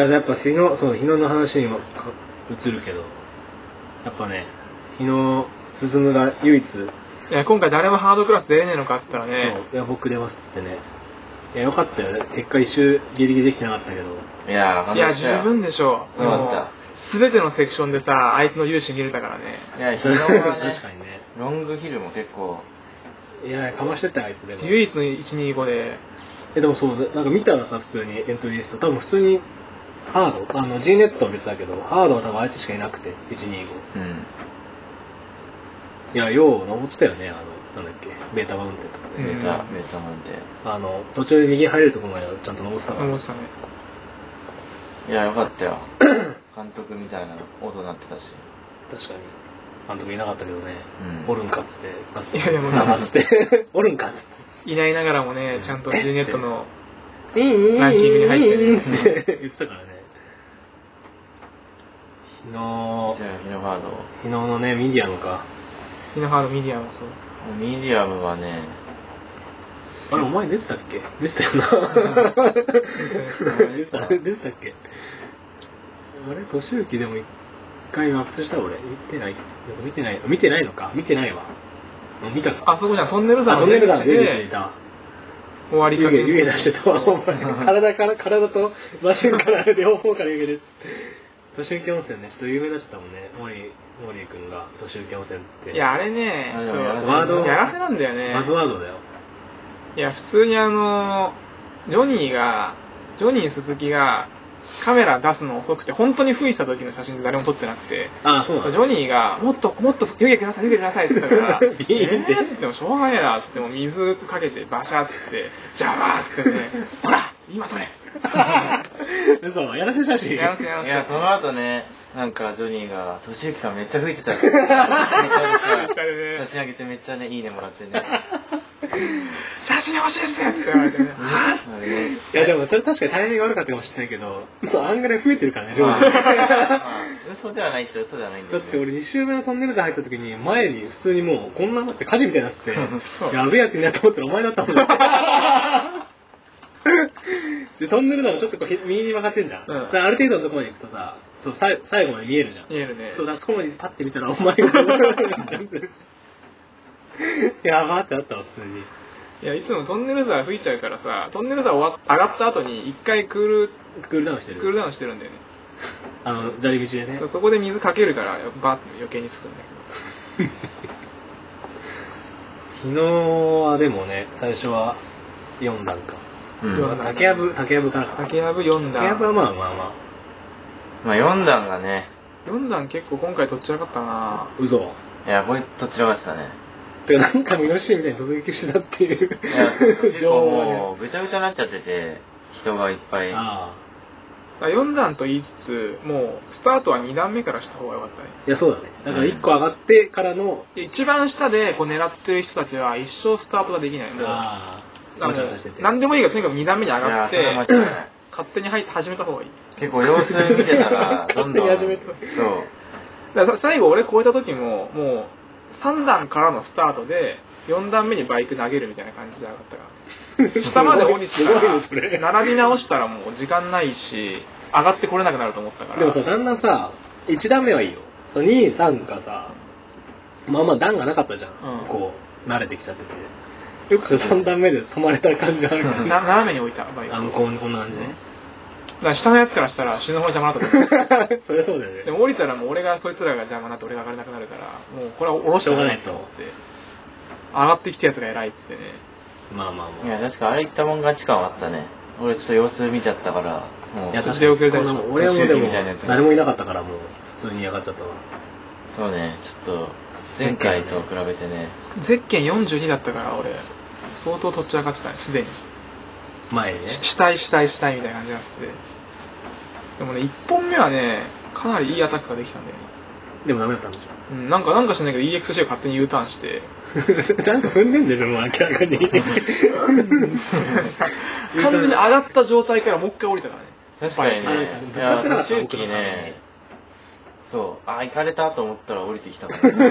S3: う。
S1: いや、やっぱ日野、その日野の話にもか移るけど、やっぱね、日野進むが唯一、そう、
S2: いや今回誰もハードクラス出れねえのかっつったらね
S1: いや、僕出ますっつってね。いや、よかったよね。結果一周ギリギリできてなかったけど。
S3: いやー、感
S2: い
S3: 動
S2: や
S3: し
S2: 十
S3: たよ
S2: 分でしょ
S3: よかっ
S2: も
S3: た
S2: う全てのセクションでさあいつの勇姿見れたからね
S3: いや、日野はね、
S1: 確かにね。
S3: ロングヒルも結構、
S1: いや、かましてったよあいつでも。
S2: 唯一の125で
S1: えでもそうなんか見たらさ普通にエントリーリスト多分普通にハードあの G ネットは別だけどハードは多分あいつしかいなくて125
S3: うん。
S1: いやよう登ってたよねあのなんだっけベータマウンテンとか
S2: う
S1: ね、
S2: ん
S3: ベタ、ベタモンテ。
S1: あの途中で右入れるとこまでちゃんと登ってたから、
S2: 思ってたね
S3: いや、よかったよ。監督みたいな音なってたし。
S1: 確かに監督いなかったけどね、
S3: うん
S1: おるんかっつってガス
S2: いやでも
S1: ガスって <laughs> おるんかっつって
S2: いないながらもねちゃんと G ネットの
S1: いいいい
S2: ランキングに入ってる
S1: いいいいっつって言ってたからね日野
S3: じゃあ、日野ハード。
S1: 日野のねミディアムか
S2: 日のハードミディアもそう
S3: ミディアムはね、
S1: あれ、お前出てたっけ出てたよな。出てた <laughs> 出てたっけあれ、年之でも一回アップした俺。見てない見てない見てないのか見てないわ。あ見たか。
S2: あそこじゃんトンネル
S1: あ、
S2: 山
S1: トンネルだ。出口にい
S2: 終
S1: た。
S2: わり
S1: 湯
S2: か
S1: 気、
S2: け
S1: 湯気出してたわ。お前、体から、体とマシンから両方から湯気です。年之温泉ね、ちょっと有名になっちゃったもんね。森、森くんが年之温泉っつって。
S2: いやあれね
S3: あ
S2: ち
S3: で
S2: ょっと
S3: もやらせ
S1: ワード
S2: やらせなんだよね
S1: バズワード <laughs> だよ。
S2: いや普通にあのジョニーがジョニー鈴木がカメラ出すの遅くて本当に吹いてた時の写真で誰も撮ってなくて
S1: あ、そう
S2: ジ
S1: なの
S2: ョニーが「もっともっと湯気ください湯気ください」って言ったから「え
S1: <laughs> ビーンって
S2: ーっつってもしょうがねえな」っつってもう水かけてバシャっつって「ジャバー」っつってね「ほら今
S1: <laughs>
S2: 撮れ」
S1: 嘘、やらせ写真。
S2: やらせやら
S3: い
S2: せ
S3: や、その後ね、なんかジョニーが、としゆきさんめっちゃ吹いてたよ。ネタとか写真あげてめっちゃね、いいねもらってね。
S2: 写真欲しいっすよって言われてね「はぁ
S3: あれね
S1: いやでもそれ確かにタイミング悪かったかもしれないけど、そうあんぐらい増えてるからね、
S3: ま
S1: 上
S3: あ
S1: 司。 <laughs>
S3: まあ嘘ではないっちゃ嘘ではないんだ
S1: だ
S3: よ
S1: って
S3: ね。
S1: 俺2周目のトンネルズ入った時に前に普通にもうこんなのって火事みたいになってて
S2: <laughs> そう
S1: やべえやつになったと思ったらお前だったもん
S2: <laughs>
S1: ねでトンネルズもちょっとこうへ右に曲がってんじゃん、
S2: うん
S1: だからある程度のところまで行くとさそうさい最後まで見えるじゃん、
S2: 見えるね
S1: そうだからそこまでパッて見たらお前がやばってなったわ普通に
S2: いやいつもトンネルザー吹いちゃうからさトンネルザー終わっ上がった後に一回ク
S1: クールダウンして
S2: ール
S1: る
S2: クールダウンしてるんだよね
S1: あの砂利道でね
S2: そこで水かけるからバッと余計に吹くんだけど
S1: 昨日はでもね最初は4段か、
S3: うん
S2: 四段
S1: 竹やぶ竹やぶからか
S2: 竹やぶ4
S1: 竹やぶは
S2: 段
S1: まあまあまあ
S3: まあ4段がね、
S2: 4段結構今回どっちらかったな
S1: 嘘
S3: いや、こいつどちらかってたね。
S1: <laughs> てかなんかもうヨッシーみたいに突撃してたってい
S3: いや、
S1: う
S3: 結
S1: <laughs> 情
S3: 構
S1: 報が
S3: も
S1: ね
S3: うぐちゃぐちゃになっちゃってて、人がいっぱい。
S1: あ
S2: まあ4段と言いつつもうスタートは2段目からした方が良かったね
S1: いや、そうだね。だから1個上がってからの、
S2: で一番下でこう狙ってる人たちは一生スタートができないもう
S1: ああ、
S2: も
S1: わ
S2: う
S1: ちゃわちゃしてて。
S2: 何でもいいからとにかく2段目に上がっ
S3: い
S2: て
S3: やそれは間違いない
S2: 勝手に入って始めた方がいい
S3: 結構様子見て
S1: <laughs>
S3: たらどんどん
S2: 勝手に始め
S3: そう
S2: ただからさ最後俺超えた時ももう3段からのスタートで4段目にバイク投げるみたいな感じで上がったから下まで降りて
S1: すごいねそれ
S2: たら並び直したらもう時間ないし上がってこれなくなると思ったから
S1: でもさ、だんだんさ、1段目はいいよ。その2、3がさ、まあまあ段がなかったじゃん。
S2: うん
S1: こう、慣れてきちゃってて。よくさ、3段目で止まれた感じあるから
S2: な斜めに置いたバイク
S1: あ
S2: だ
S1: の、
S2: か
S1: こんこんな感じね。
S2: ら下のやつからしたら死ぬほど邪魔だと思
S1: <laughs>
S2: う
S1: そりゃそうだよね。
S2: でも降りたらもう俺がそいつらが邪魔になって俺が上がれなくなるからもうこれは降ろしてと思って上がってきたやつが偉いっつってね
S1: まあまあま
S3: い
S1: あ。
S3: や確かああいったもん勝ち感はあったね俺ちょっと様子見ちゃったからもう
S1: いや、
S2: 確
S1: 確
S2: か
S1: か
S2: に
S1: にそんなもん、俺はもうで
S3: 途中で
S1: も
S3: みたいなやつ、
S1: 誰もいなかったから、もう、普通に上がっちゃったわ。
S3: そうねちょっと前回と比べてね
S2: ゼッケン42だったから俺相当とっちらかってたねすでに
S1: 前にね。
S2: ししたいしたいしたいみたいな感じになっててでもね1本目はねかなりいいアタックができたんだよね、
S1: でもダメだったんでしょ。
S2: うん、なんかなんかしないけど EXJ を勝手に U ターンして
S1: <laughs> ちゃんと踏んでんでしょ、もう明らかに。
S2: <laughs> 完全に上がった状態からもう一回降りたからね
S3: 確かに
S1: あの
S3: ね
S1: ぶ
S3: い
S1: つか
S3: や
S1: ってなかった僕
S3: 周
S1: の
S3: 期
S1: 中で
S3: ねそうあ行かれたと思ったら降りてきたから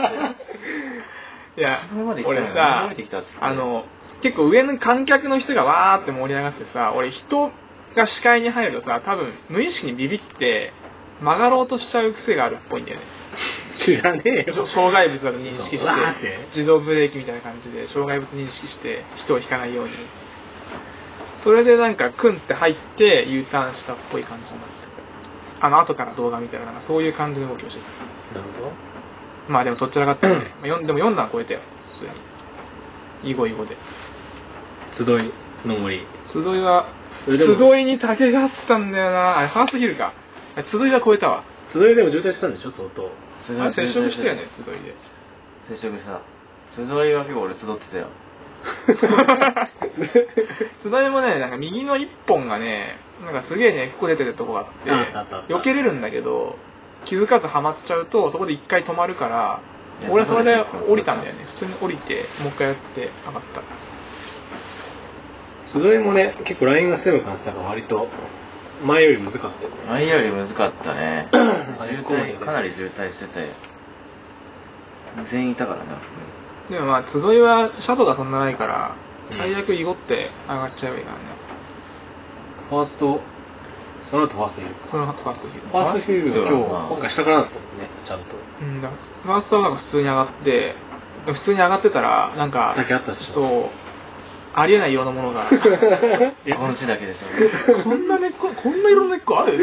S2: <laughs> いや
S3: そのままで行った
S2: 俺
S3: の
S2: さ
S3: 初めて来たっつって
S2: あの結構上の観客の人がわーって盛り上がってさ俺人が視界に入るとさ多分無意識にビビって曲がろうとしちゃう癖があるっぽいんだよね
S1: 知らねえよ。
S2: 障害物だと認識して
S1: そうわーって
S2: 自動ブレーキみたいな感じで障害物認識して人を引かないようにそれでなんかクンって入って U ターンしたっぽい感じになったあの後から動画見たらなんかそういう感じの動きをしてた
S1: なるほ
S2: まあでもどちらかって、ね
S1: <clears throat>
S2: まあよんでも4段超えたよ普通に囲碁囲碁で
S1: ど。集いの森。
S2: 集いは
S1: それでも
S2: 集いに竹があったんだよなあれファーストヒルかあれ集いは超えたわ
S1: 集いでも渋滞してたんでしょ、相当。
S3: 集い
S2: あれ接触したよね集いで
S3: 接触した集いは結構俺集ってたよ
S2: <laughs> 津田もね、なんか右の一本がね、なんかすげえ根っこ出てるとこがあって、
S1: あったあったあった
S2: 避けれるんだけど、気づかずハマっちゃうと、そこで一回止まるから
S3: い、や
S2: 俺はそれで
S3: そこで
S2: 降りたんだよね。普通に降りて、もう一回やって上がった。
S1: 集いもね、結構ラインが狭くなってたから、割と、前より難かったよね。
S3: 前より難かったね渋滞かなり渋滞してて全員いたからねあそこに
S2: でもまあ、津田はシャドウがそんなないから
S1: う、ん
S2: 最悪囲碁って上がっちゃえばいいからね。
S1: ファースト、その後ファーストヒル
S2: そのファーストヒ
S1: ファーストヒルは
S3: ファーストヒルは
S1: 今
S3: まあ
S1: 日、今回下からだったもんね、ちゃんと。
S2: うん、だからファーストはなんか普通に上がって、普通に上がってたら、なんか、
S1: 竹あったでしょ
S2: そう、ありえないようなものが。
S3: この地だけでしょ
S2: こんな根っこ、こんな色の根っ
S1: <laughs>
S2: こある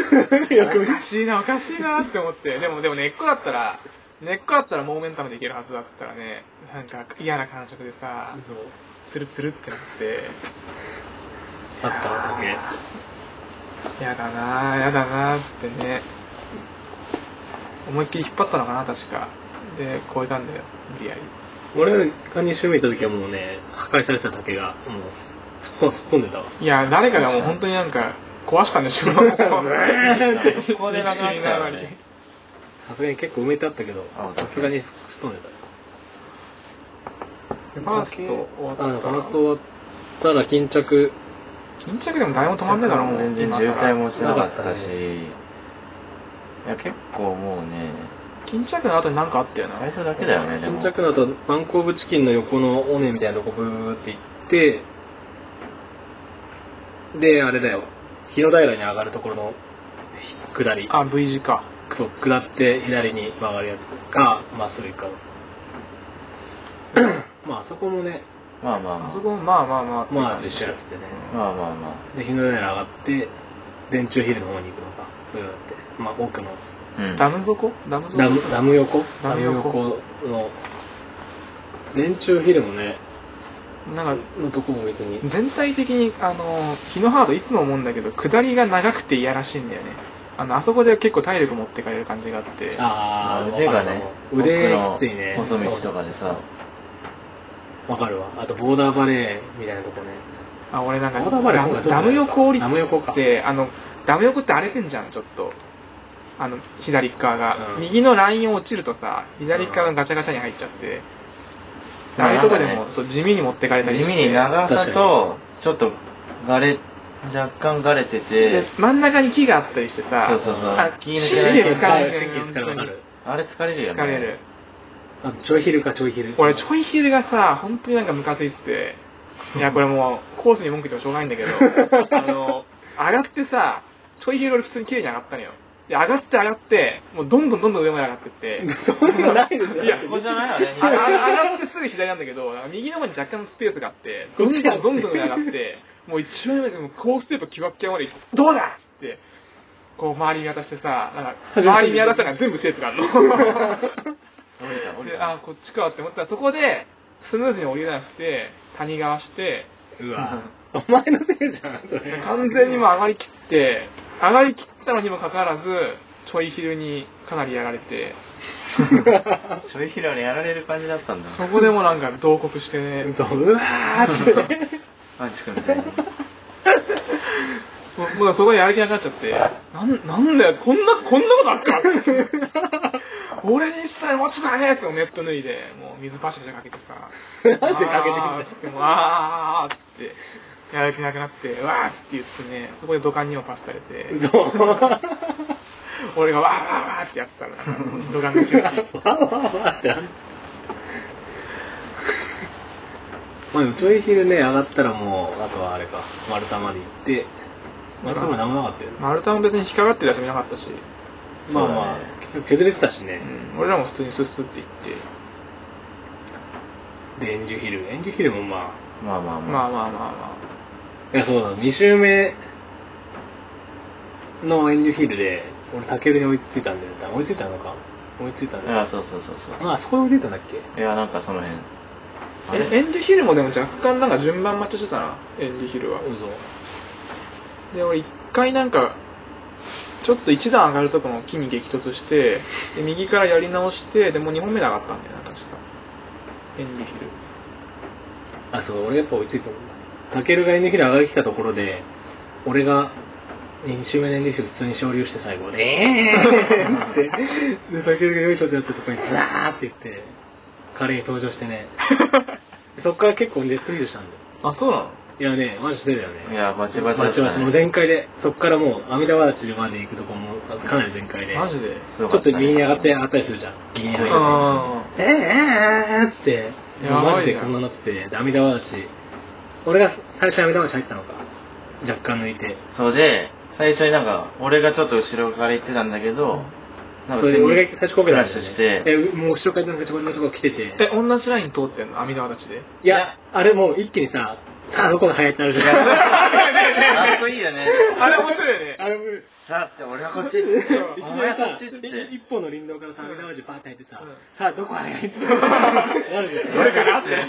S1: よく
S2: おかしいな、おかしいなって思って。でも、でも根っこだったら、根っこだったらモーメンタムでいけるはずだっつったらね、なんか嫌な感触でさ、
S1: そう。
S2: ツルツルってなって。
S1: あった、竹。
S2: やだなぁ、やだなぁ、つってね。思いっきり引っ張ったのかな、確か。で、超えたんだよ、無理やり。
S1: 俺が2周目行った時はもうね、破壊されてた竹が、もう、すっとすっ飛んでたわ。
S2: いや、誰かがもう本当になんか、壊したんでし
S1: <laughs>
S2: ょ。そ
S3: そこでなくなったよね
S1: さすがに結構埋めてあったけど
S3: あ、
S1: さすがに吹っ飛んでたよ。
S2: ファースト終わった
S1: あのファースト終わったら巾着、
S2: 巾着でも誰も止まんないだろ、もう。
S3: 全然
S2: 今
S3: 渋
S2: 更
S3: 滞もしなかった
S1: なかった
S3: しいや結構もうね
S2: 巾着の後になんかあったよな。
S3: 最初だけだよねでも
S1: 巾着の後、バンコーブチキンの横の尾根みたいなとこブーって行って、で、あれだよ、日の平に上がるところのひ下り、
S2: あ、V 字か。
S1: そう、下って左に曲がるやつか、まっすぐ行くか。 <clears throat> まあ、あそこもね、
S3: まあまあま
S2: あ
S3: あ
S2: そこもまあまあまあ。
S1: まあ、一緒やつでね。
S3: まあまあま
S1: で、日の平上がって、電柱ヒルの方に行くのか、こうやって、まあ、奥の
S3: あうん
S2: ダム底ダム底
S1: ダムダム横
S2: ダム横
S1: の電柱ヒルもね
S2: なんか、
S1: のとこも別に
S2: 全体的に、あの、日のハードいつも思うんだけど、下りが長くていやらしいんだよね。あの、あそこで結構体力持ってかれる感じがあって。
S1: あー
S3: 腕がね
S1: 腕
S3: 奥の
S1: きついね
S3: 細道とかでさ
S1: わかるわあとボーダーバレーみたいなとこね
S2: あ俺なんか
S1: オーダーバレーの
S2: ダ
S1: 方がち
S2: ム
S1: ょっと
S2: ダム横降り
S1: ダム横か
S2: てあのダム横って荒れてんじゃんちょっとあの左側が、
S1: うん
S2: 右のラインを落ちるとさ左側がガチャガチャに入っちゃって、
S3: ま
S2: あ
S3: あ
S2: あいうとこで
S3: なん
S2: も、
S3: かね
S2: そう地味に持ってかれたり
S3: 地
S2: して
S3: 味に長さとちょっとがれ若干がれて
S2: で
S3: て
S2: 真ん中に木があったりしてさ
S3: そうそうそう
S2: あ
S3: 気
S2: 木
S3: 抜
S2: で
S3: けな
S2: 疲れ
S3: い
S2: る
S1: 神経使うわかる
S3: あれ疲れるよね
S2: 疲れる
S1: あとちょい昼かちょい昼
S2: 俺ちょ
S1: い
S2: いヒルがさ本当になんかムカついて
S1: <laughs>
S2: ていやこれもうコースに文句言ってもしょうがないんだけどあの上がってさちょいヒル俺普通に綺麗に上がったのよで上がって上がってもうどんどんどんどん上まで上がってって
S1: <laughs> そんなないでしょ
S2: いや
S3: ここじゃないよ
S2: ああ
S3: ね
S2: 上がってすぐ左なんだけど右の方に若干のスペースがあってどんどんどんどん上がってもう一番上でもうコーステープキワッキワまで行ってどうだっつってこう周り見渡してさなんか周り見渡したら全部テープがあるの
S3: 降りた降り
S2: で
S3: た
S2: あこっちかって思ったらそこでスムーズに降りれなくて谷川して
S1: うわお前のせいじゃんそれ
S2: 完全にもう上がりきって上がりきったのにもかかわらずちょい昼にかなりやられて
S3: ちょいひらにやられる感じだったんだ
S2: そこでもなんか同国して
S1: <laughs>
S2: ね
S1: そううわーっつって
S3: マジ君みたいに
S2: もうもうそこでやる気なくなっちゃって、なんなんだよ、こんな、こんなことあっか
S1: <laughs>
S2: 俺にしたらもうちょっと早くネット脱いで、もう水バシャバシャかけて
S1: <laughs>
S2: さ、
S1: なんでかけてくんだよ
S2: あーっつって、もうあーあーあーっつって、やる気なくなって、うわーっつって言ってね、そこで土管にもパスされて、
S1: そうわ
S2: <laughs> 俺がわーわーわーってやってたら、土管が急に。
S1: わわわってまあでもちょい昼ね上がったらもうあとはあれか丸太まで行って丸太まで何もなかったよね
S2: 丸太も別に引っかかってるやつもいなかったし、
S1: まあまあ結局削れてたし
S2: う
S1: ね
S2: ん、俺らも普通にスッスッって行って、
S1: でエンジュヒルエンジュヒルもまあ
S3: まあまあ
S2: ま
S3: ま
S2: あ
S3: あ
S2: まあまあま
S1: いやそうだ2周目のエンジュヒルで俺タケルに追いついたんだよね追いついたのか追いついたの
S3: いやそうそうそうそう
S1: まあそこで追いついたんだっけ
S3: いやなんかその辺
S2: あ。えエンジュヒルもでも若干なんか順番待ちしてたな、エンジュヒルは。
S1: 嘘
S2: で俺一回なんかちょっと一段上がるとこの木に激突してで右からやり直してでもう2本目で上がったんだよな確かエンディヒル
S1: あそう俺やっぱ追いついたんだタケルがエンジュヒル上がりきたところで俺が2周目のエンジュヒル普通に勝利して最後で「えー!」っつって
S3: <laughs>
S1: でタケルがよいしょってやったとこにザーって言って華麗に登場してね
S2: <laughs>
S1: そっから結構ネットヒルしたんだよ
S2: あそうなの
S1: いやねマジしてたよね
S3: いやバチバチだ
S1: まあ、
S3: った
S1: ち
S3: ね
S1: ょその全開で、そこからもう、阿弥陀和地まで行くとこも、かなり全開で、
S2: マジで
S1: ちょっと右に上がって、上がったりするじゃん。右に入ったり
S2: あ
S1: えー、えー、えー、っつって、
S2: やばいな
S1: マジでこんなになってて、で阿弥陀和地、俺が最初阿弥陀和地入ったのか、若干抜いて、
S3: そうで最初になんか俺がちょっと後ろから行ってたんだけどなん
S1: そ
S3: か
S1: れで
S3: 普通に
S1: 俺が立ちこけ
S3: ク
S1: たん
S3: ラッ
S1: だ
S3: シ
S1: よ
S3: ュ
S1: ね
S3: して
S1: えもう後ろからなんかちょこちょこちょこ来てて、
S2: え同じライン通ってんの網沢たちで
S1: いや、あれもう一気にさ、さあどこが速いってな
S3: <laughs>
S1: るじゃん。
S3: あそこいいよね
S2: あれ面白いよね
S1: あれもう
S3: さあって俺はこっちっつって
S1: いき
S3: お
S1: なり
S3: 前
S1: さ
S3: はこっちっつって
S1: 一本の林道からさ阿弥陀和地バーって入ってさ、
S2: うん
S1: さあどこが速いっつってなるじゃん
S2: どれかなって
S1: で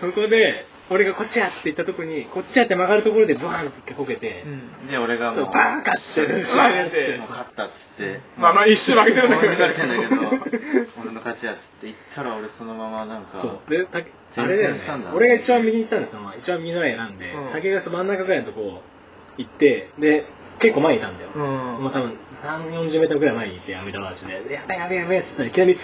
S1: <laughs> そこで、俺がこっちやって言ったとこに、こっちやって曲がるところでブワーンって一回こけて、
S2: うん
S3: で俺が
S1: そ
S3: も
S1: う、
S3: う
S1: バーンか <laughs> って、
S2: うわーって
S3: もう勝ったっつって
S2: まあまあ一瞬負けてるんだけど
S3: 俺が勝ったんだけど俺の勝ちやっつって言ったら俺そのままなんか
S1: そう。で、たあ
S3: 全
S1: れだよ
S3: 然
S1: ね
S3: したんだ。
S1: 俺が一番右に行ったんですよ。まあ一番右の絵なんで、
S2: うん
S1: 竹がさ真ん中ぐらいのとこ行って、で、結構前にいたんだよ。
S2: うん
S1: もう多分3、40メートルぐらい前にいて、アミダバーチで、やべえやべえやべえっつったらいきなり、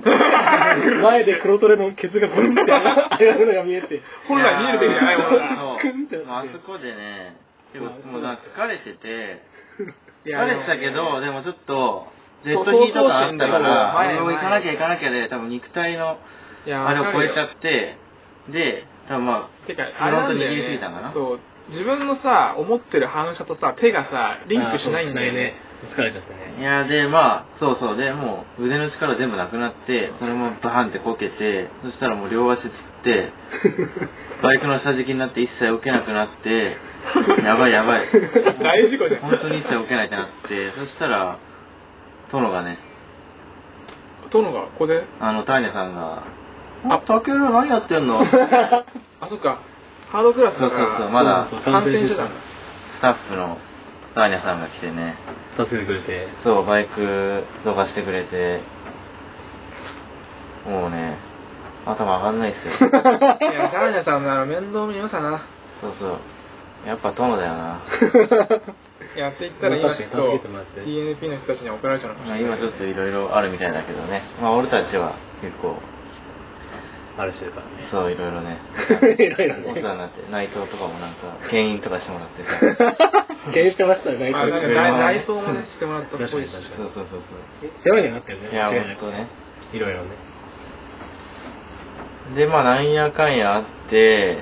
S1: グン前で黒トレのケツがブンってあれのが見えて、
S2: 本来見えるべきじゃないもの
S3: や
S2: が
S3: ー
S1: ク
S3: そう
S1: ンってなって
S3: もうあそこでねでも
S1: そう
S3: もうなんか疲れてて
S2: いや
S3: 疲れてたけどでもちょっとデ
S2: そう
S3: ッドヒートがあったか
S2: そうそう
S3: ら
S2: そう
S3: もう行かなきゃ行かなきゃで多分肉体の
S2: いや
S3: あれを超えちゃ
S2: て
S3: ってで多分ま
S2: てか、
S3: フ
S2: あれ
S3: ロン
S2: な
S3: ト
S2: んだ
S3: に
S2: よ
S3: 逃
S2: ね
S3: げすぎたんだな
S2: そう。自分のさ、思ってる反射とさ、手がさ、リンクしないんだよね。
S1: あ。そうしないね疲れちゃった
S3: あい <laughs>
S1: ね。
S3: やでまあそうそうでもう腕の力全部なくなってそのままバーンってこけてそしたらもう両足つってバイクの下敷きになって一切受けなく
S2: <laughs>
S3: なってやばいやばい
S2: 大事故じゃん。
S3: 本当に一切受けないってなってそしたら殿がね
S2: 殿がここで
S3: あの、ターニャさんが、
S2: あ
S3: あ、タケル何やってん
S2: <laughs>
S3: のス
S2: あそっかハードクラスだから
S3: そうそうそうまだ
S1: そうそう
S2: 感染してたんだ
S3: タッフのターニャさんが来てね、
S1: 助けてくれて。
S3: そう、バイクどかしてくれて、もうね、頭上がんないっすよ。
S2: <laughs> いやダーニャさんなら面倒見ますわな
S3: そうそうやっぱ友だよな
S2: やっていった
S1: ま
S2: ら
S1: あ
S2: 今ちょ
S1: 確
S2: っ
S1: か
S2: と
S1: に助けてもらって
S2: TNP の人たちに怒られちゃうのかもし
S3: まあ
S2: れない
S3: 今ちょっといろいろあるみたいだけどねまあ俺たちは結構
S1: あれしてるからね
S3: そういろい
S1: <laughs>
S3: ろね
S1: いろいろ
S3: お
S1: ね
S3: 世 <laughs> 話になって内藤とかもなんか牽引とかしてもらってさ
S1: 経営してもらったらない
S2: あ
S1: か
S2: なん
S1: ら
S2: か
S1: ね
S2: 内内装もねしてもらったっぽいし
S1: 確か
S3: そうそうそうそう
S1: 世話にはなったよね
S3: いや
S1: 間違な
S3: 本
S1: く
S3: 当ね
S1: いろいろね
S3: でまあなんやかんやあって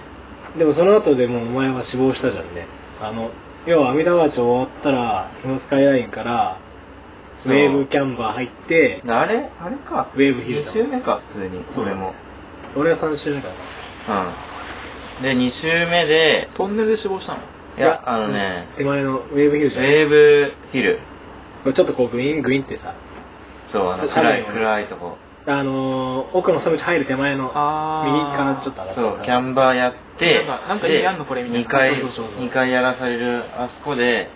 S1: でもその後でもうお前は死亡したじゃんねあの要は阿弥陀町終わったら日のスカイラインからウ
S3: そう
S1: ェーブキャンバー入って
S3: あれあれか
S1: ウェーブヒルだ
S3: 2周目か普通に
S1: そうだ
S3: 俺も
S1: 俺は3周目かな
S3: うんで2周目で
S2: トンネルで死亡したの
S3: いやあのね
S1: 手前のウェーブヒ
S3: ウ
S1: ルじゃん
S3: ェーブヒル
S1: ちょっとこうグイングインってさ
S3: そうあ
S1: そ
S3: の
S1: うかな
S3: 暗
S1: り
S3: い暗いとこ
S1: あのー奥の入入る手前の右
S2: あー
S1: からちょっと上がって
S3: そうキャンバーやって
S2: なんかなんか意味あんのこれみたいな
S3: 2回
S1: そうそうそうそう
S3: 二回やらされるあそこで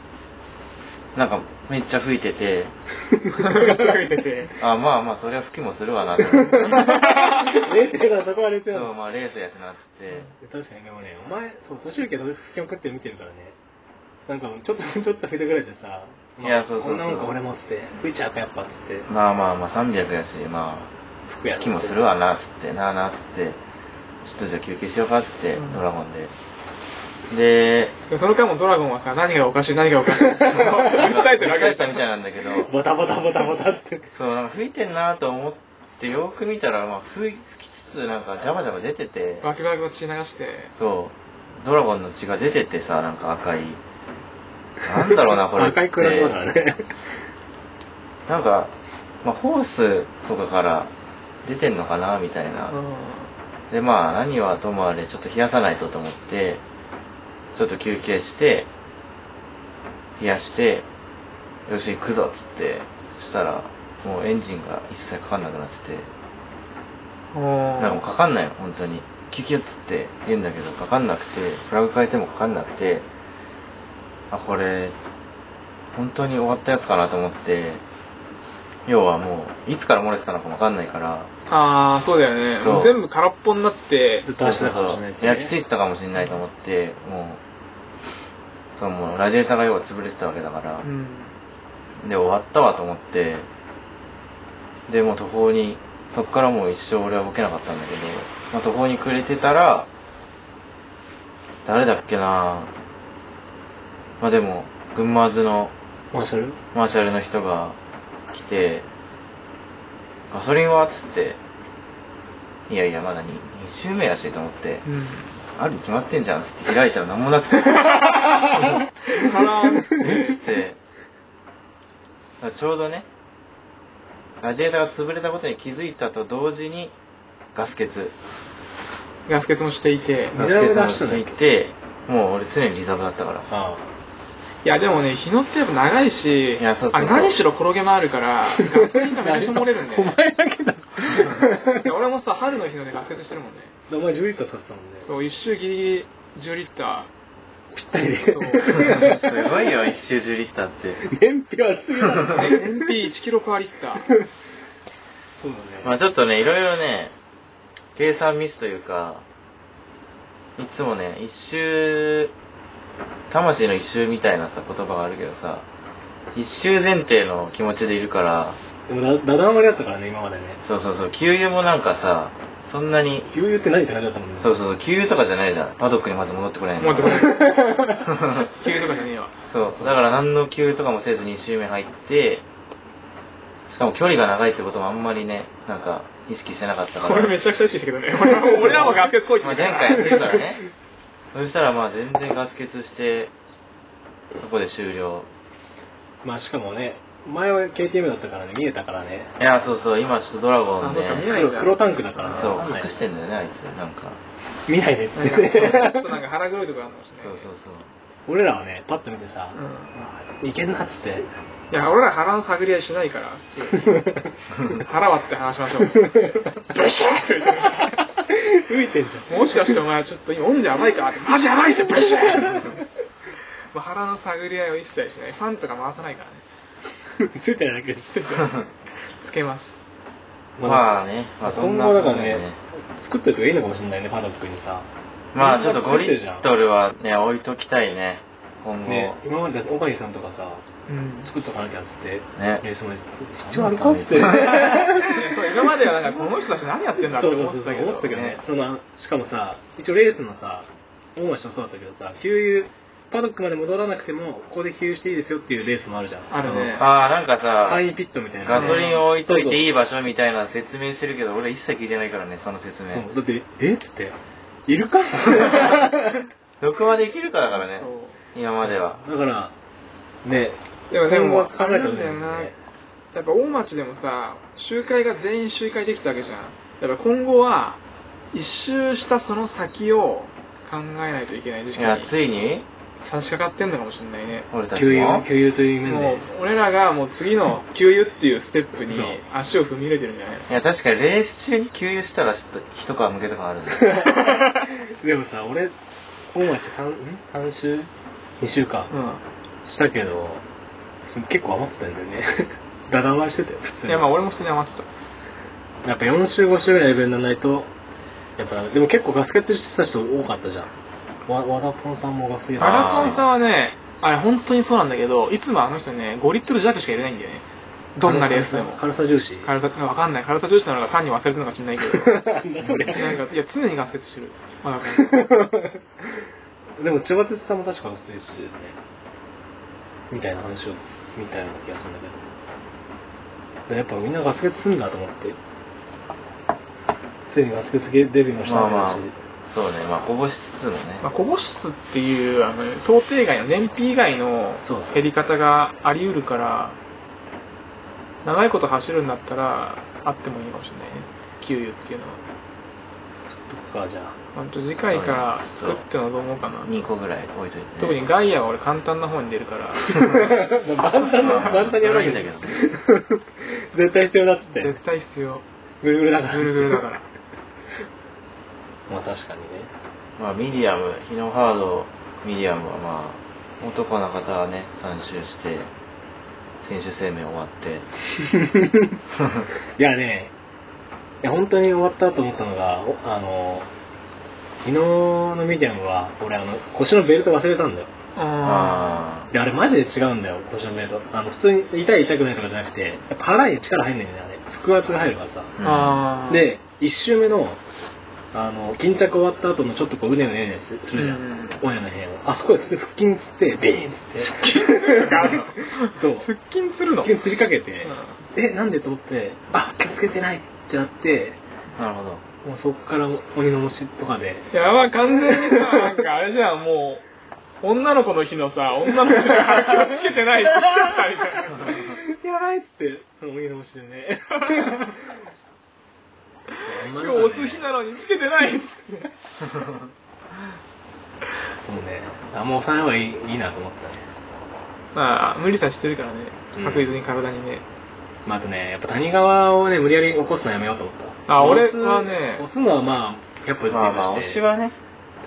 S3: なんかめっちゃ吹いててあまあまあそりゃ吹きもする
S2: <laughs>
S3: わなと思って
S1: <laughs> 冷静だそこは冷静
S3: そ
S1: だ
S3: うまあレースやしなっつって
S1: 確かにでもねお前そう途中家と吹きまくって見てるからねなんかちょっとちょっと吹いたぐらいでさ
S3: いやそうそ
S1: こん
S3: うそう
S1: なもんか俺もっつって吹いちゃうかやっぱっつって
S3: まあまあまあ300やしまあ
S1: 吹くや
S3: 吹
S1: ろ
S3: きもするわなっつってなあなあっつってちょっとじゃあ休憩しようかっつって、
S2: うん
S3: ドラゴンでで
S2: でもその間もドラゴンはさ何がおかしい何が
S3: <laughs>
S2: おかしいってその訴えてるわけ
S3: 帰
S2: で
S3: っ
S2: しょ
S3: たみたいなんだけど
S1: ボタボタボタボタっつって
S3: そうなんか吹いてんなと思ってよく見たら、まあ、吹い吹きつつなんかジャバジャバ出てて
S2: バキバキを血流して
S3: そうドラゴンの血が出ててさなんか赤いなんだろ
S1: <laughs>
S3: うなこれっつって
S1: 赤いクラブだからね
S3: なんか、まあ、ホースとかから出てんのかなみたいな、
S2: う
S3: でまあ何はともあれちょっと冷やさないとと思ってちょっと休憩して冷やしてよし行くぞっつってそしたらもうエンジンが一切かかんなくなってて
S2: ん
S3: なんかもうかかんないよ本当にキュキュッつって言うんだけどかかんなくてプラグ変えてもかかんなくてあこれ本当に終わったやつかなと思って要はもういつから漏れてたのかもわかんないから
S2: ああそうだよね
S3: そう
S2: もう全部空っぽになって
S1: ずっと
S3: そう
S1: 走ってたか
S3: そう
S1: もしれない
S3: そう焼き付いてたかもしれないと思ってもうそうもうラジエーターが要は潰れてたわけだから、
S2: うん
S3: で終わったわと思ってでもう途方にそっからもう一生俺は動けなかったんだけど、まあ、途方に暮れてたら誰だっけなまあでも群馬図の
S1: マーシャル
S3: マーシャルの人が来て「ガソリンは?」っつって「いやいやまだ 2, 周目やし」と思って
S2: う
S3: あるに決まってんじゃんっつって開いたら何もなくて
S2: んから
S3: えっつってだからちょうどねラジエーターが潰れたことに気づいたと同時にガス欠
S2: ガス欠もしていて
S3: ガス欠がついてもう俺常にリザーブだったから
S1: あ
S2: いやでもね日野ってやっぱ長いし
S3: いやそうそうそう
S2: あ何しろ転げ回るからガス欠がめっちゃ漏れるんだよ、ね、
S1: だけだ
S2: いや俺もさ春の日野でガス欠してるもんね
S1: お前10リットル使ってたもんね
S2: そう一周ギリギリ10リッタ
S1: ぴったりです
S3: すごいよ1周10リッターって
S1: 燃費はすぎだろ
S2: ー
S3: <laughs>
S2: NP1 キロパーリッター
S1: そう
S3: まあちょっとねいろいろね計算ミスというかいつもね一周魂の一周みたいなさ言葉があるけどさ一周前提の気持ちでいるから
S1: でもだダダ漏れだったからね今までね
S3: そうそうそう給油もなんかさそんなに
S1: 給油って何って感じだったもんね
S3: そうそうそう給油とかじゃないじゃんパドックにまず戻ってこない
S2: 待って <laughs> これ急とかじゃねえわ
S3: <laughs> そうだから何の給油とかもせずに1周目入ってしかも距離が長いってこともあんまりねなんか意識してなかったから
S2: これめちゃくちゃ意識したけどね俺は <laughs> 俺らもガス欠こいって
S3: まあ
S2: 言って
S3: 前
S2: た
S3: 回やってるからねそしたらまあ全然ガス欠してそこで終了
S1: まあしかもね前は KTM だったからね見えたからね
S3: いやそうそう今ちょっとドラゴン
S2: あそっか見えな
S3: ね
S2: いん
S1: 黒
S2: だ
S1: 黒タンクだからねわかん
S3: そ
S1: な
S3: う
S1: い
S3: 隠してんだよねあいつなんか
S1: 見ないでっつっ
S2: なんか
S1: て
S2: ちょっとなんか腹黒いとこあるのかもしれ
S3: そ
S2: ないう
S3: そうそう
S1: 俺らはねパッと見てさ、
S2: うん
S1: いけんなっつって
S2: いや俺ら腹の探り合いしないから腹割って話しましょうブシャーって言って
S1: 浮いてんじ
S2: もしかしてお前ちょっと今飲んでやばいかってマジやばいっすよブシャーって <laughs> まあ腹の探り合いを一切しないファンとか回さないからね
S1: ゃんついてないだけでついてない
S2: つけます
S3: まあねまあそん
S1: 今
S3: な
S1: 後だからね
S3: ね
S1: 作ってるとかいいのかもしれないねパドックにさ
S3: まあちょっと5
S1: 作
S3: リ
S1: ってるじゃん
S3: ットルはね、置いときたいね。今後。
S1: ね今までおかげさんとかさ
S2: うん
S1: 作っとかなきゃっつって
S3: ね
S1: えーその必要あるかっ
S3: <laughs>
S1: つって
S2: <laughs> そう今まではなんかこの人たち何やってんだって
S1: そう
S2: 思
S1: そう
S2: っ
S1: そ
S2: て
S1: うそ
S2: た
S1: う
S2: け
S1: 思ってた
S2: ど
S1: けどね
S2: ね
S1: そのしかもさ一応レースのさ主な人そうだったけどさ給油パドックまで戻らなくてもここで給油していいですよっていうレースもあるじゃん
S2: あるね
S3: ああ、なんか
S1: そ
S3: さ
S1: の、簡易ピットみたいな
S3: ガソリンを置いといてい
S1: い
S3: い場所みたいな説明してるけど、俺一切聞いてないからね、その説
S1: そう
S3: 明。
S1: そうだってえっつってい <laughs> るか
S3: 録画できるかだからね
S2: そ、
S3: 今までは。
S1: だからね
S2: うでもで
S1: 今
S2: も
S1: 後考えたらね
S2: あれなんだよなやっぱ大町でもさ集会が全員集会できたわけじゃんだから今後は一周したその先を考えないといけない時
S3: い
S2: 期
S3: や、
S2: に
S3: ついに、
S2: 差し掛かってんのかもしれないね
S3: 俺たち
S1: 給
S3: も
S1: 油。給油という面
S2: <laughs> もう
S1: で
S2: 俺らがもう次の給油っていうステップに
S1: そう
S2: 足を踏み入れてるんじゃない
S3: いや、確かにレース中に給油したら、ちょっと一皮向けとかある
S1: <laughs>
S3: んだよ。
S1: でもさ俺本町三ん三週2週間したけど結構余ってたんだよね <laughs> ダダ回りしてたよ普
S2: う
S1: 通
S2: ん
S1: に
S2: いやまあ俺も普通に余ってた
S1: やっぱ4週5週ぐらいのイベントにならないとやっぱでも結構ガス欠してた人多かったじゃんわ和田ポンさんもガス欠
S3: あー
S2: 荒川さんはねあれ本当にそうなんだけどいつもあの人ね5リットル弱しか入れないんだよねどんなレースでも
S1: 軽さ重視
S2: 軽さわかんない軽さ重視なのか単に忘れてるのか知んないけど
S1: なんだそれ
S2: なんかいや常にガス欠してる、まあ、
S1: <laughs> でも千葉哲さんも確かガス欠してるよねみたいな話をみたいな気がするんだけどでやっぱみんなガス欠すんだと思ってついにガス欠デビューもした
S3: まあ
S1: んだ
S3: ま
S1: し、
S3: あ、そうね、まあ、こぼしつつもね。
S2: まあ、こぼしつっていうあの想定外の燃費以外の
S1: そう
S2: 減り方があり得るから長いこと走るんだったらあってもいいかもしれないね給油っていうのは、
S1: とかじゃあ
S2: まあ、ちょっと次回から
S3: そう
S2: 作
S3: ね
S2: ってのどう思うかな
S3: 2個ぐらい置いといて、ね。
S2: 特にガイアは俺簡単な方に出るから
S1: <laughs> バンタの、バンタにやばいんだけど。絶対必要だっつって。
S2: 絶対必要
S1: ぐるぐるだから。
S2: ぐるぐるだ
S1: <laughs>
S2: から。
S1: まあ確かにね。
S3: まあ、ミディアム、日のハード、ミディアムはまあ、男の方はね、3周して、選手生命終わって、
S1: いやね、いや本当に終わったと思ったのが、おあの、昨日のミディアムは、俺あの、腰のベルト忘れたんだよ。
S2: あ
S3: あ
S1: で、あれマジで違うんだよ、腰のベルト。あの、普通に痛い痛くないとかじゃなくて、やっぱ腹に力入んないんだよね。腹圧が入るからさ。
S3: ーうん
S2: あー
S1: で、1周目の、あの、巾着終わった後のちょっとこう、うねうねうねするじゃ
S2: うんうん
S1: ん。おねの辺を。あそこで腹筋吸って、ビーンっつって。そう。
S2: 腹筋するの
S1: 腹筋つりかけて、え、なんでと思って、あ、気をつけてないってなって、
S3: なるほど。
S1: もうそこから鬼の虫とかで、
S2: やばい完全にさなんかあれじゃんもう女の子の日のさ女の子が気をつけて
S1: <laughs>
S2: ないって言っちゃったみたいな
S1: やばいっつって、その鬼の虫でね。
S2: 今日押す日なのにつけてないっ
S1: <laughs>
S2: つって
S1: そうね。あ、もう押さない方がいいいいなと思ったね。
S2: まあ無理さしてるからね
S1: うん
S2: 確実に体にね、
S1: まあ、あとね、やっぱ谷川をね、無理やり起こすのやめようと思った。
S2: あ
S1: 押す
S2: 俺はね
S1: 押すのはまあ、やっぱ
S3: まあまあ、推しはね、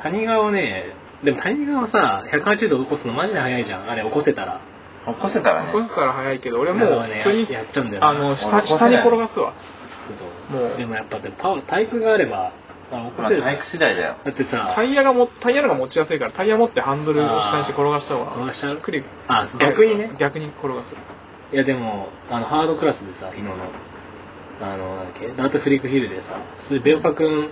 S1: 谷川をね、でも谷川さ、180度起こすのマジで早いじゃん。あれ起こせたら。
S3: 起こせたらね
S2: 起。こすから早いけど俺
S1: だか
S2: もう
S1: らね
S2: 普通に、
S1: やっちゃうんだよな
S2: あの
S3: 俺
S2: 下
S3: 起こせ
S2: 下
S3: ない
S2: に転がすわ
S1: そう
S2: もう
S1: でもやっぱでもパワー体育があればあ起
S3: ま
S1: こ
S3: あ、
S1: せる、
S3: 体育次第だよ。
S1: だってさ
S2: タイヤがもタイヤの方が持ちやすいからタイヤ持ってハンドルを下にして転がした方
S1: あー転
S2: が
S1: がしちゃう
S2: しっくり
S1: あ逆にね
S2: 逆に転がす
S1: いやでもあのハードクラスでさ昨日のあのなんだっけダートフリークヒルでさ普通にベオパ君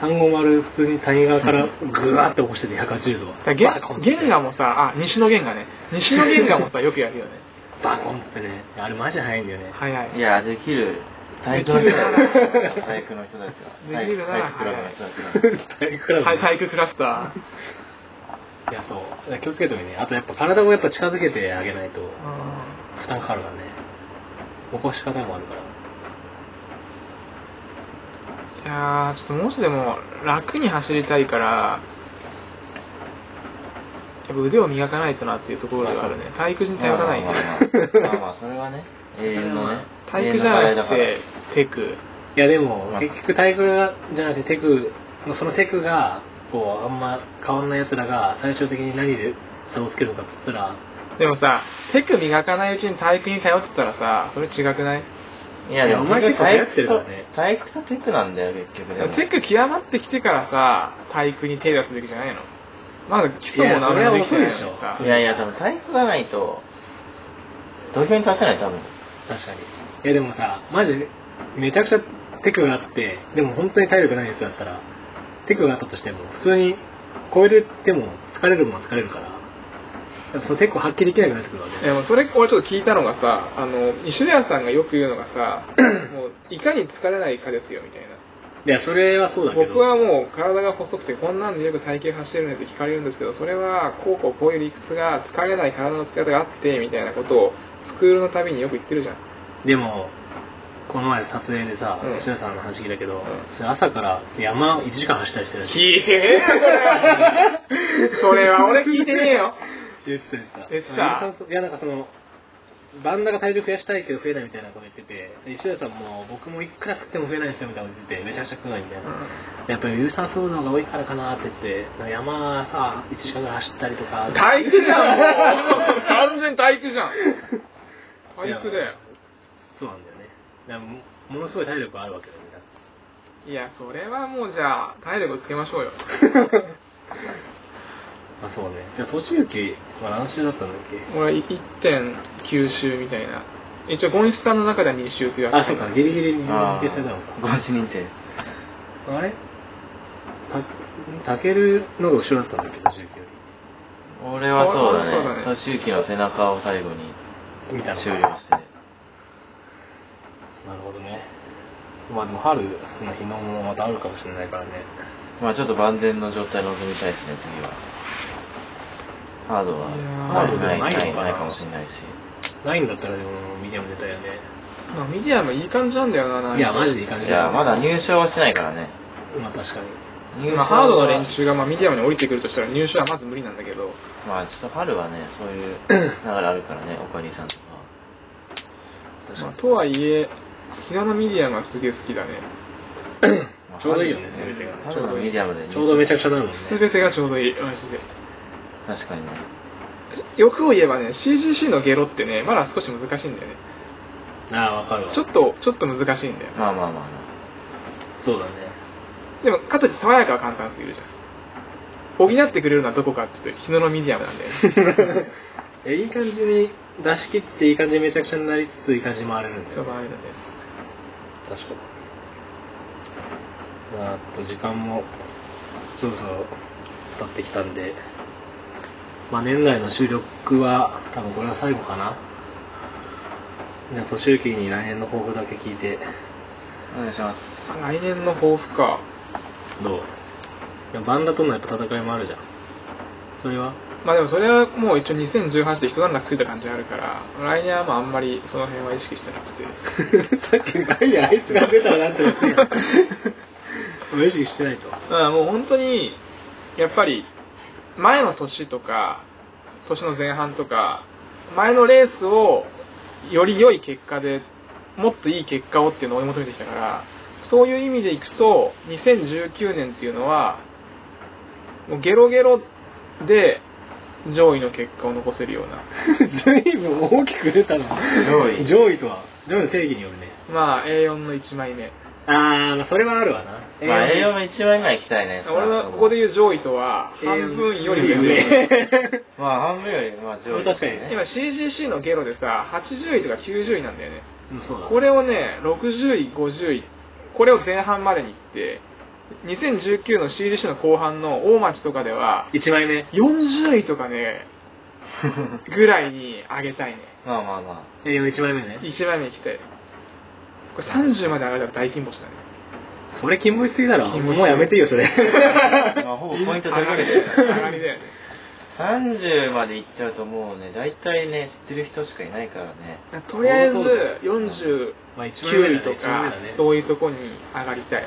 S1: 350普通に谷川からグワーって起こしてて180度
S2: だ
S1: バ
S2: か
S1: コ
S2: ら
S1: ンっ
S2: ゲ
S1: て
S2: ンゲンガもさあ西のゲンガね西のゲンガもさよくやるよね
S1: バコンっつってねいやあれマジで速いんだよね
S2: 早い
S3: いや、できる。体育の人たち。体育の人たちは。
S2: できるなら
S3: 体育クラブの人たちは。
S1: 体育クラス、
S2: はい、体育クラスタ
S1: いやそうだから気をつけてもいいねあとやっぱ体もやっぱ近づけてあげないと
S2: ー。
S1: 負担かかるからね起こし方もあるから
S2: いやー、ちょっともしでも楽に走りたいから、やっぱ腕を磨かないとなっていうところではあるね。体育人頼らないね
S3: まあ。まあまあまあまあ、それはね、永遠のね。
S2: 体育じゃなく
S3: 永遠の課題
S2: て
S3: だか、
S2: テク。
S1: いやでも
S3: まあ
S1: 結局体育がじゃなくてテクそのテクがこうあんま変わんない奴らが最終的に何で差をつけるのかっつったら
S2: でもさ、テク磨かないうちに体育に頼ってたらさ、それ違くない
S3: らいやで
S1: い
S3: も
S1: やお前結構流行ってるからね
S3: 体育と体育とテクなんだよ結局でも
S2: テク極まってきてからさ体育に手出すべきじゃないのまだ基礎
S1: い
S2: も
S1: やそ
S2: 何
S1: れ
S2: も
S1: は
S2: できてないのに
S1: 遅いでしょ
S2: さ
S3: いやいや多分体育がないと土俵に立てない多分
S1: 確かに。いやでもさ、マジでめちゃくちゃテクがあって、でも本当に体力ないやつだったら、テクがあったとしても、普通に超えるっても疲れるもんは疲れるから、やっぱそのテクを発揮できなくなってくるわけ
S2: いやもうそれ俺ちょっと聞いたのがさあの西田さんがよく言うの
S1: <clears throat>
S2: がさもういかに疲れないかですよみたいない
S1: や、それはそうだけど。
S2: 僕はもう体が細くてこんなんでよく体型走れるねって聞かれるんですけどそれはこうこうこういう理屈が疲れない体の使い方があってみたいなことをスクールのたびによく言ってるじゃん
S1: でも、この前撮影でさ
S2: う、ん
S1: 吉田さんの話聞いたけど、
S2: ん
S1: それ朝から山1時間走ったりしてるらしい
S2: 聞いてねえよこれはそれは俺聞いてねえよ
S1: 言ってた言ってた
S2: 言ってた
S1: 吉田さんいやなんかそのバンダが体重増やしたいけど増えないみたいなこと言ってて吉田さんも僕もいくら食っても増えないんですよみたいなこと言っててめちゃくちゃ食うないみたいな、やっぱり有酸素運動が多いからかなって言っててなんか山さ1時間ぐらい走ったりとか
S2: 体育じゃんもう完全に体育じゃん体育だよ
S1: そうなんだよねだからもものすごい体力があるわけだよね
S2: いやそれはもうじゃあ体力をつけましょうよ
S1: <laughs> まあそうねじゃあ栃行は何周だったんだっけ
S2: 俺1.9周みたいな一応ゴンシさんの中では2周という
S1: あそうかギリギリに
S3: あ
S1: 認定されたのか
S3: ご主人って
S1: あれたたけるのが後ろだったんだっけ栃行よ
S3: 俺はそうだ
S2: 俺もそうだね
S3: ね年行の背中を最後に
S1: り見たのか
S3: 終了してね
S1: なるほどね。まあでも春の日のもまたあるかもしれないからね。
S3: まあちょっと万全の状態臨みたいですね次はハードはい
S2: やー
S3: ハードない
S1: ハードでもないのかな
S3: ないないかもしれないし
S1: ないんだったらでもミディアム出たいよね。
S2: まあミディアムいい感じなんだよななんか
S1: いや、マジでいい感じ
S3: い
S1: だ
S3: や
S1: よ
S3: まだ入賞はしてないからね
S1: まあ確かに。
S3: 入賞
S2: 今
S3: は
S2: ハードの連中がまあミディアムに降りてくるとしたら入賞はまず無理なんだけど
S3: まあちょっと春はねそ
S1: <clears throat>
S3: ういう流れあるからねおかりさんとか
S1: 確
S2: まあ
S1: か
S2: とはいえ日野のミディアムはすげえ好きだね
S3: まあ
S1: ちょうどいいよね全てがね
S3: 春のミディアムで入
S1: に。
S3: 賞
S1: ちょうどめちゃくちゃなるもんね。
S2: 全てがちょうどいいマジで
S3: 確かにね
S2: 欲を言えばね CGC のゲロってねまだ少し難しいんだよね
S1: ああ、わかるわ。
S2: ちょっとちょっと難しいんだよ
S3: まあまあまあま
S1: そうだね。 <laughs>
S2: でもかといって爽やかは簡単すぎるじゃん補ってくれるのはどこかって言うと日野のミディアムなんだ
S1: <laughs>
S2: よね
S1: えいい感じに出し切っていい感じにめちゃくちゃになりつついい感じに回れるんです
S2: そ
S1: よ
S2: う
S1: ね。
S2: あれだね
S1: 確かに。まああと時間もそろそろ経ってきたんで、まあ、年内の収録は多分これが最後かな。じゃあ、年行きに来年の抱負だけ聞いて、
S3: あお願いします
S2: さあ来年の抱負か
S1: どういやバンダとのやっぱ戦いもあるじゃん。それは
S2: まあでもそれはもう一応2018で一段落ついた感じあるから来年はまああんまりその辺は意識してなく
S1: <laughs>
S2: て
S1: さっきガイアあいつが出たらなってますよ。もう意識してないと。
S2: だからもう本当にやっぱり前の年とか年の前半とか前のレースをより良い結果でもっといい結果をっていうのを追い求めてきたからそういう意味でいくと2019年っていうのはもうゲロゲロで上位の結果を残せるような
S1: <laughs> 随分大きく出たの。
S3: 上位
S1: 上位とは、上位の定義によるね。
S2: まあ A4 の1枚目
S1: あー、まあ、それはあるわな。
S3: まあ栄養も一枚ぐらい行きたいね
S2: 俺のここで
S3: う
S2: 言う上位とは半分より上
S3: まあ半分よりまあ上位
S1: 確かに
S2: 今 CGC のゲロでさ80位とか90位なんだよね
S1: うんそうだ。
S2: これをね60位50位これを前半までにいって2019の CGC の後半の大町とかでは
S1: 1枚目。
S2: 40位とかねぐらいに上げたいね
S3: <laughs> まあまあま
S1: A41 枚目ね。
S2: 1枚目に来てこれ30まで上がれたら大金星だね
S1: それ、キモいすぎだろ。
S2: キモいすぎる
S1: もうやめていいよ、そ
S2: <laughs>
S1: れ。
S3: あまあほぼポイント
S2: 上
S3: 取
S2: が
S3: りか
S2: り
S3: け
S2: だ
S3: て
S2: よ
S3: る
S2: ね
S3: から
S2: 上がりだよね
S3: 30まで行っちゃうともうね大体ね知ってる人しかいないからね
S2: だからとりあえず
S1: まあ一番上
S2: 49
S1: だね
S2: 位と
S1: 一番上
S2: か
S1: だね
S2: そういうとこに上がりたい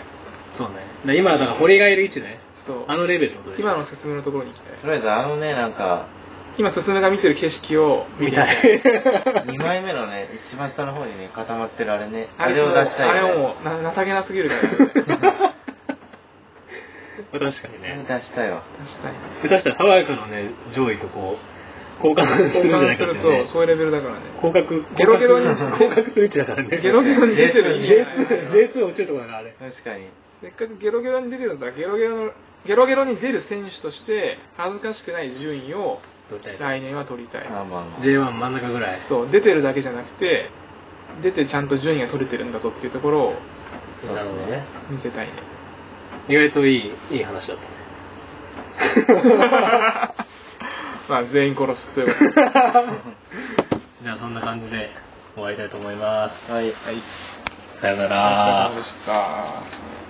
S1: そうね。だ今、だから、堀がいる位置ね。
S2: そう
S1: あのレベルってことでしょ
S2: 今の進むのところに行きたい
S3: とりあえずあのねなんか
S2: 今進むが見てる景色を
S1: みたい。
S2: <laughs>
S3: 2枚目のね一番下の方にね固まってるあれね
S2: あ
S3: あ
S2: れ
S3: れ
S2: も
S3: を出したいよね
S2: あれもうな情けなすぎるから
S1: <laughs> 確かに
S3: あれ
S1: ね。
S3: 出したいわ
S2: 出したいね
S1: 下手したら、爽やかのね、上位とこ交換するじゃないかって
S2: 交換する
S1: ね
S2: とそういうレベルだからね
S1: 広角
S2: ゲロゲロに
S1: 広角スイッチだからね
S2: ゲロゲロに出てる
S1: J2 J2 落ちるとこだからあれ
S3: 確かに。
S2: せっかくゲロゲロに出てるんだからゲロゲロのゲロゲロに出る選手として恥ずかしくない順位を
S1: どういったら
S2: 来年は取りたい
S3: まあまあまあ。
S1: J1 真ん中ぐらい
S2: そう出てるだけじゃなくて出てちゃんと順位が取れてるんだぞっていうところを
S3: そうっ
S1: なる
S3: す
S1: ほど
S3: ね
S1: ね。
S2: 見せたいね <laughs>
S1: 意外といいいい話だったね
S2: まあ全員殺すということで
S1: じゃあそんな感じで終わりたいと思います
S3: はい。
S2: はい
S1: さよな
S2: お疲れ
S1: ら
S2: 様でした